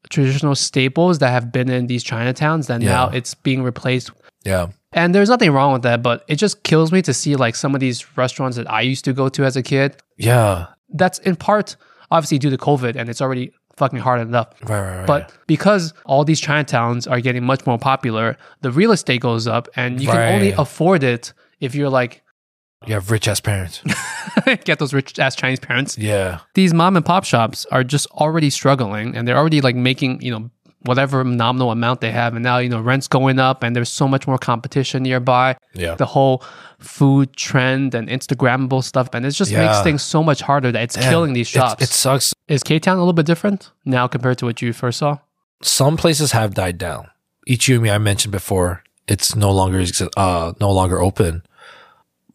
A: traditional staples that have been in these Chinatowns that now
B: Yeah.
A: it's being replaced.
B: Yeah.
A: And there's nothing wrong with that, but it just kills me to see like some of these restaurants that I used to go to as a kid.
B: Yeah.
A: That's in part obviously due to COVID and it's already fucking hard enough.
B: Right, right, right.
A: But because all these Chinatowns are getting much more popular, the real estate goes up and you can only
B: Right.
A: afford it if you're like
B: You have rich ass parents.
A: Get those rich ass Chinese parents.
B: yeah.
A: These mom and pop shops are just already struggling and they're already like making, you know, whatever nominal amount they have. And now, you know, rent's going up and there's so much more competition nearby.
B: Yeah.
A: The whole food trend and Instagrammable stuff. And it just makes
B: Yeah.
A: things so much harder that it's
B: Man,
A: killing these
B: it's-
A: shops.
B: It sucks.
A: Is K Town a little bit different now compared to what you first saw?
B: Some places have died down. Ichiumi I mentioned before, it's no longer exi- uh no longer open.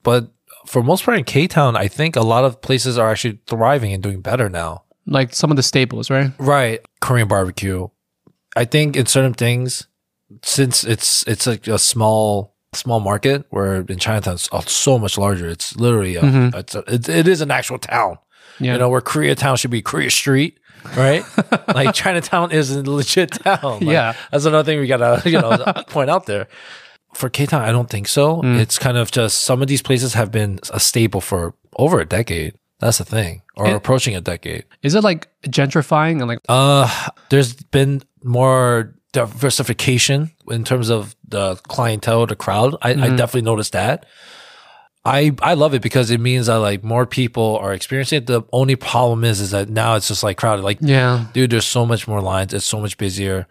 B: But for most part in K Town, I think a lot of places are actually thriving and doing better now.
A: Like some of the staples, right?
B: Right. Korean barbecue. I think in certain things, since it's it's like a small small market where in Chinatown it's uh, so much larger. It's literally a,
A: Mhm.
B: it's a, it, it is an actual town.
A: Yeah.
B: You know where Koreatown should be Korea Street, right? like Chinatown is a legit town. Like,
A: Yeah.
B: that's another thing we gotta you know point out there. For K Town, I don't think so.
A: Mm.
B: It's kind of just some of these places have been a staple for over a decade. That's the thing, or
A: And-
B: approaching a decade.
A: Is it like gentrifying and like,
B: Uh, there's been more diversification in terms of the clientele, the crowd. I, I
A: Mhm.
B: definitely noticed that. I I love it because it means that like more people are experiencing it. The only problem is is that now it's just like crowded. Like,
A: yeah,
B: dude, there's so much more lines. It's so much busier.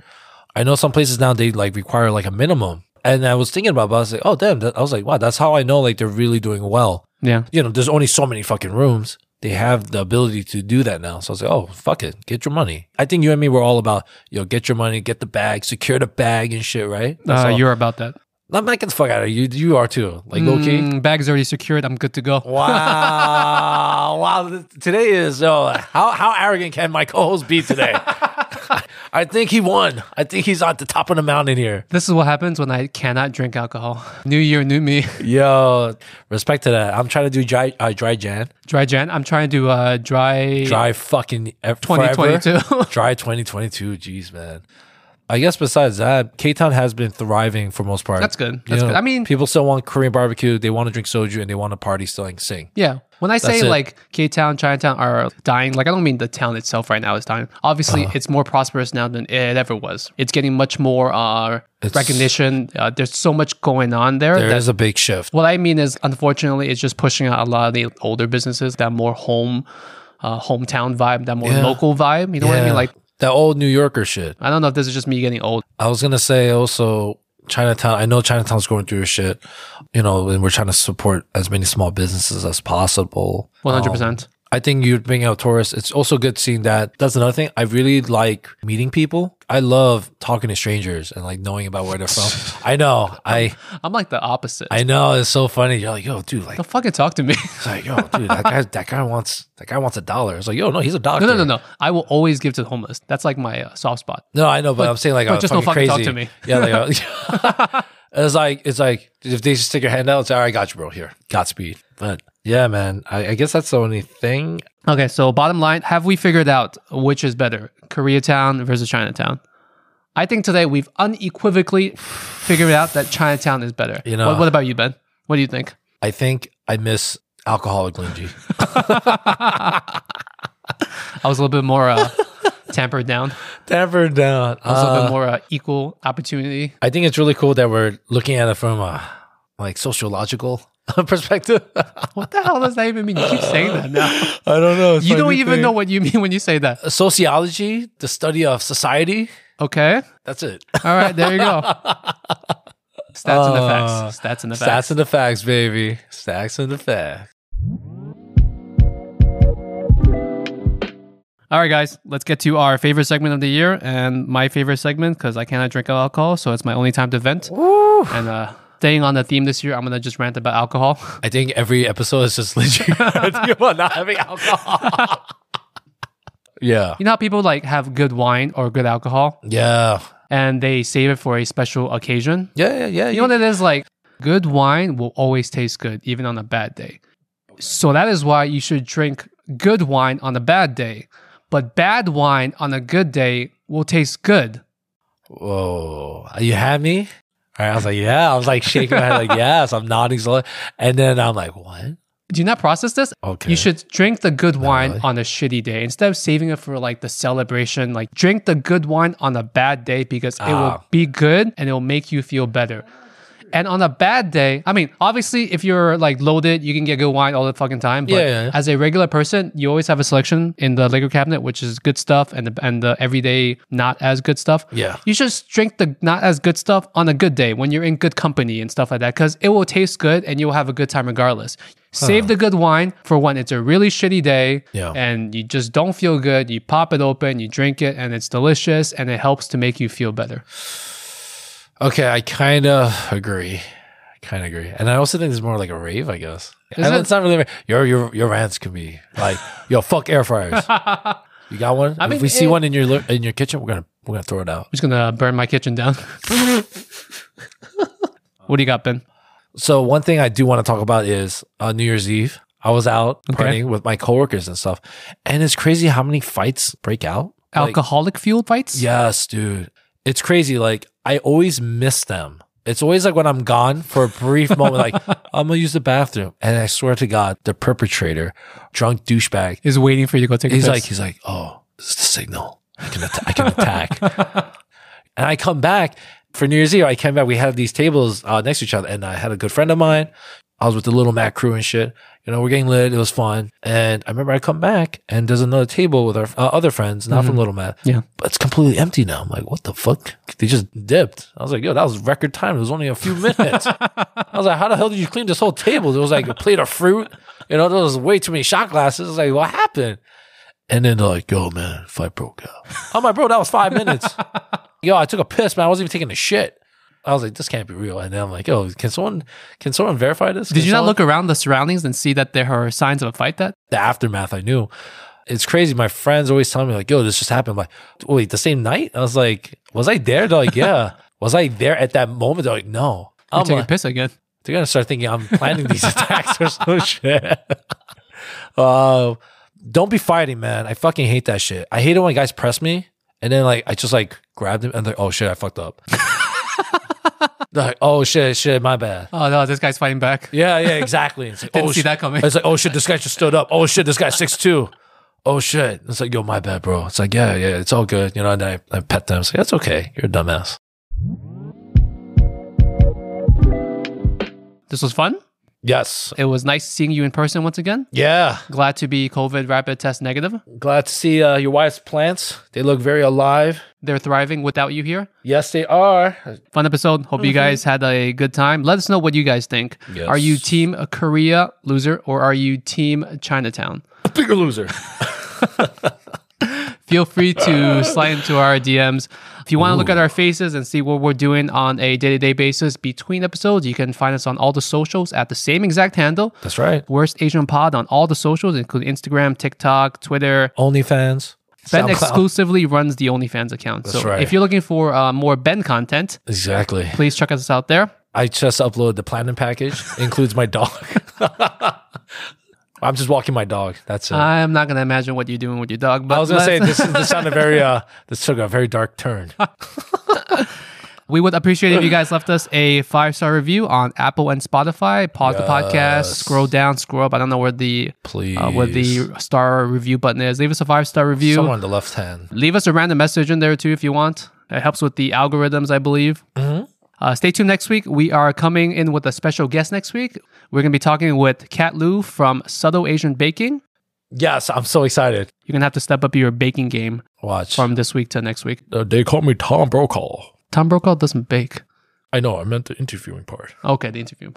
B: I know some places now they like require like a minimum. And I was thinking about, it, but I was like, oh damn! That, I was like, wow, that's how I know like they're really doing well.
A: yeah.
B: You know, there's only so many fucking rooms. They have the ability to do that now. So I was like, oh, fuck it. Get your money. I think you and me were all about, yo, get your money, get the bag, secure the bag and shit, right? That's
A: Uh,
B: all.
A: you're about that.
B: I'm not getting the fuck out of you. You are too. Like, okay.
A: Mm, bag's already secured. I'm good to go.
B: Wow. wow. Th- Today is, oh, how, how arrogant can my co host be today? I think he won. I think he's at the top of the mountain here.
A: This is what happens when I cannot drink alcohol. New year, new me.
B: Yo, respect to that. I'm trying to do dry, uh, dry Jan,
A: Dry Jan. I'm trying to uh, dry,
B: dry fucking ev- forever.
A: 2022.
B: Dry 2022. Jeez, man. I guess besides that, K Town has been thriving for most part.
A: That's good.
B: You
A: That's
B: know,
A: good. I mean,
B: people still want Korean barbecue. They want to drink soju and they want to party still and sing.
A: yeah. When I say
B: it.
A: like K Town, Chinatown are dying, like I don't mean the town itself right now is dying. Obviously,
B: Uh-huh.
A: it's more prosperous now than it ever was. It's getting much more uh,
B: It's-
A: recognition. Uh, there's so much going on there.
B: There
A: that-
B: is a big shift.
A: What I mean is, unfortunately, it's just pushing out a lot of the older businesses that more home, uh, hometown vibe, that more
B: Yeah.
A: local vibe. You know what I mean? Like,
B: that old New Yorker shit.
A: I don't know if this is just me getting old.
B: I was gonna say also Chinatown. I know Chinatown's going through a shit, you know, and we're trying to support as many small businesses as possible.
A: One hundred percent.
B: I think you bring out tourists. It's also good seeing that. That's another thing. I really like meeting people. I love talking to strangers and like knowing about where they're from. I know. I
A: I'm like the opposite.
B: I know. It's so funny. You're like, yo, dude. Like,
A: don't fucking talk to me.
B: it's like, yo, dude. That guy. That guy wants. That guy wants a dollar. It's like, yo, no, he's a doctor.
A: no, no, no, no. I will always give to the homeless. That's like my uh, soft spot.
B: No, I know, but, I'm saying like,
A: but
B: oh,
A: just
B: just
A: don't
B: do
A: fucking talk
B: crazy.
A: to me.
B: Yeah, like, uh, it's like it's like if they just stick your hand out, it's like, all right, got you, bro. Here, Godspeed. But yeah, man, I, I guess that's the only thing.
A: Okay, so bottom line, have we figured out which is better, Koreatown versus Chinatown? I think today we've unequivocally figured out that Chinatown is better.
B: You know-
A: what, what about you, Ben? What do you think?
B: I think I miss alcoholic Linji.
A: I was a little bit more uh, tampered down.
B: Never down.
A: I was a little
B: Uh,
A: bit more uh, equal opportunity.
B: I think it's really cool that we're looking at it from a like sociological perspective.
A: What the hell does that even mean? You keep saying that now.
B: I don't know. It's
A: You
B: my
A: don't
B: new
A: even
B: thing.
A: know what you mean when you say that.
B: sociology, the study of society.
A: Okay.
B: That's it.
A: All right. There you go. Stats and the
B: Uh,
A: facts. Stats and the facts.
B: Stats and the facts, baby. Stats and the facts.
A: All right, guys. Let's get to our favorite segment of the year and my favorite segment because I cannot drink alcohol, so it's my only time to vent. And uh, staying on the theme this year, I'm gonna just rant about alcohol.
B: I think every episode is just legit ranting about not having alcohol. yeah.
A: You know how people like have good wine or good alcohol
B: Yeah.
A: and they save it for a special occasion.
B: Yeah, yeah, yeah.
A: You know what it is like? Good wine will always taste good, even on a bad day. So that is why you should drink good wine on a bad day. But bad wine on a good day will taste good.
B: Whoa. You had me? All right, I was like, yeah. I was like shaking my head, like, yes, I'm nodding slowly. And then I'm like, what?
A: Do you not process this?
B: Okay.
A: You should drink the good wine
B: really.
A: on a shitty day instead of saving it for like the celebration. Like drink the good wine on a bad day because it will
B: Ah.
A: be good and it will make you feel better. And on a bad day, I mean, obviously, if you're like loaded, you can get good wine all the fucking time. But
B: Yeah, yeah, yeah.
A: as a regular person, you always have a selection in the liquor cabinet, which is good stuff, and the, and the everyday not as good stuff.
B: Yeah.
A: you should just drink the not as good stuff on a good day when you're in good company and stuff like that, because it will taste good and you'll have a good time regardless. Save the good wine for when it's a really shitty day
B: Yeah.
A: and you just don't feel good. You pop it open, you drink it, and it's delicious and it helps to make you feel better.
B: Okay, I kind of agree. I kind of agree, and I also think it's more like a rave, I guess. and
A: it-
B: it's not really your your your rants can be like, yo, fuck air fryers. You got one?
A: I mean,
B: if we see
A: it-
B: one in your li- in your kitchen, we're gonna we're gonna throw it out.
A: I'm just gonna burn my kitchen down. what do you got, Ben?
B: So one thing I do want to talk about is on New Year's Eve, I was out
A: Okay.
B: partying with my coworkers and stuff, and it's crazy how many fights break out. Like,
A: Alcoholic fueled fights?
B: Yes, dude. It's crazy. Like I always miss them. It's always like when I'm gone for a brief moment, like I'm gonna use the bathroom, and I swear to God, the perpetrator, drunk douchebag,
A: Is waiting for you to go take a
B: he's
A: piss.
B: like, he's like, oh, this is the signal. I can, atta- I can attack. and I come back for New Year's Eve. I came back. We had these tables uh, next to each other, and I had a good friend of mine. I was with the little Mac crew and shit. You know, we're getting lit. It was fun. And I remember I come back, and there's another table with our uh, other friends, not from Little Mac.
A: Mm-hmm. Yeah.
B: But it's completely empty now. I'm like, what the fuck? They just dipped. I was like, yo, that was record time. It was only a few minutes. I was like, how the hell did you clean this whole table? There was like a plate of fruit. You know, there was way too many shot glasses. I was like, what happened? And then they're like, yo, man, fight broke out. I'm like, bro, that was five minutes. yo, I took a piss, man. I wasn't even taking a shit. I was like, this can't be real. And then I'm like, yo, can someone can someone verify this?
A: Did you not look around the surroundings and see that there are signs of a fight that?
B: the aftermath? I knew. It's crazy. My friends always tell me, like, yo, this just happened. I'm like, wait, the same night? I was like, was I there? They're like, yeah. was I there at that moment? They're like, no.
A: You're
B: I'm
A: taking
B: like,
A: a piss again.
B: they're gonna start thinking I'm planning these attacks or some shit. Uh, don't be fighting, man. I fucking hate that shit. I hate it when guys press me and then like I just like grabbed him and they're like, oh shit, I fucked up. They're like, oh shit, shit, my bad.
A: Oh no, this guy's fighting back.
B: Yeah, yeah, exactly. It's like,
A: Didn't
B: oh,
A: see
B: shit.
A: that coming.
B: It's like, oh shit, this guy just stood up. Oh shit, this guy's 6'2. Oh shit. It's like, yo, my bad, bro. It's like, yeah, yeah, it's all good. You know, and I, I pet them. It's like, that's okay. You're a dumbass.
A: This was fun.
B: Yes.
A: It was nice seeing you in person once again.
B: Yeah.
A: Glad to be COVID rapid test negative.
B: Glad to see uh, your wife's plants. They look very alive.
A: They're thriving without you here.
B: Yes, they are.
A: Fun episode. Hope you guys had a good time. Let us know what you guys think.
B: Yes.
A: Are you team Korea loser or are you team Chinatown?
B: Bigger loser.
A: feel free to slide into our DMs. If you want to look at our faces and see what we're doing on a day to day basis between episodes, you can find us on all the socials at the same exact handle.
B: That's right.
A: Worst Asian Pod on all the socials, including Instagram, TikTok, Twitter.
B: OnlyFans.
A: Ben
B: SoundCloud.
A: exclusively runs the OnlyFans account. so
B: right.
A: if you're looking for uh, more Ben content,
B: Exactly.
A: please check us out there.
B: I just uploaded the platinum package. Includes my dog. I'm just walking my dog. That's it.
A: I'm not going to imagine what you're doing with your dog, but
B: I was gonna say
A: let's-
B: this is this sounded very uh this took a very dark turn.
A: We would appreciate if you guys left us a five star review on Apple and Spotify. Pause the podcast, scroll down, scroll up. I don't know where the
B: Please
A: uh, where the star review button is. Leave us a five star review.
B: someone on the left hand.
A: Leave us a random message in there too if you want. It helps with the algorithms, I believe. Uh, stay tuned next week. We are coming in with a special guest next week. We're going to be talking with Kat Lu from Subtle Asian Baking.
B: Yes, I'm so excited.
A: You're going to have to step up your baking game
B: Watch.
A: from this week to next week.
B: Uh, they call me Tom Brokaw.
A: Tom Brokaw doesn't bake.
B: I know, I meant the interviewing part.
A: Okay, the interview.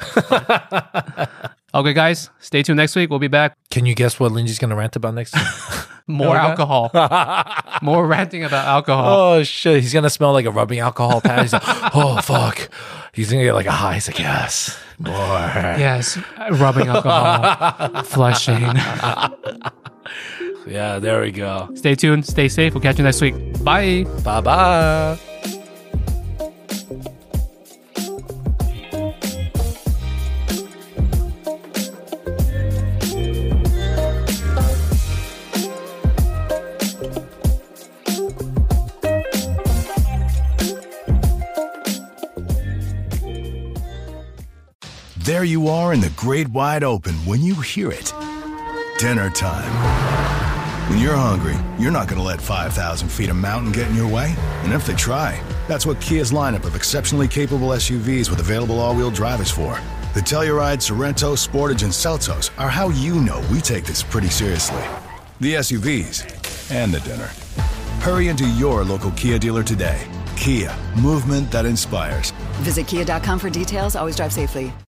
A: okay, guys, stay tuned next week. We'll be back.
B: Can you guess what Lindsay's gonna rant about next time?
A: More alcohol. More ranting about alcohol.
B: Oh shit, he's gonna smell like a rubbing alcohol pad. He's like, oh fuck. He's gonna get like a high. He's like, yes, more.
A: Yes, rubbing alcohol, flushing.
B: Yeah, there we go.
A: Stay tuned. Stay safe. We'll catch you next week. Bye.
B: Bye bye.
C: There you are in the great wide open when you hear it. Dinner time. When you're hungry, you're not going to let 5,000 feet of mountain get in your way. And if they try, That's what Kia's lineup of exceptionally capable SUVs with available all wheel drive is for. The Telluride, Sorrento, Sportage, and Seltos are how you know we take this pretty seriously. The SUVs and the dinner. Hurry into your local Kia dealer today. Kia, movement that inspires.
D: Visit kia.com for details. Always drive safely.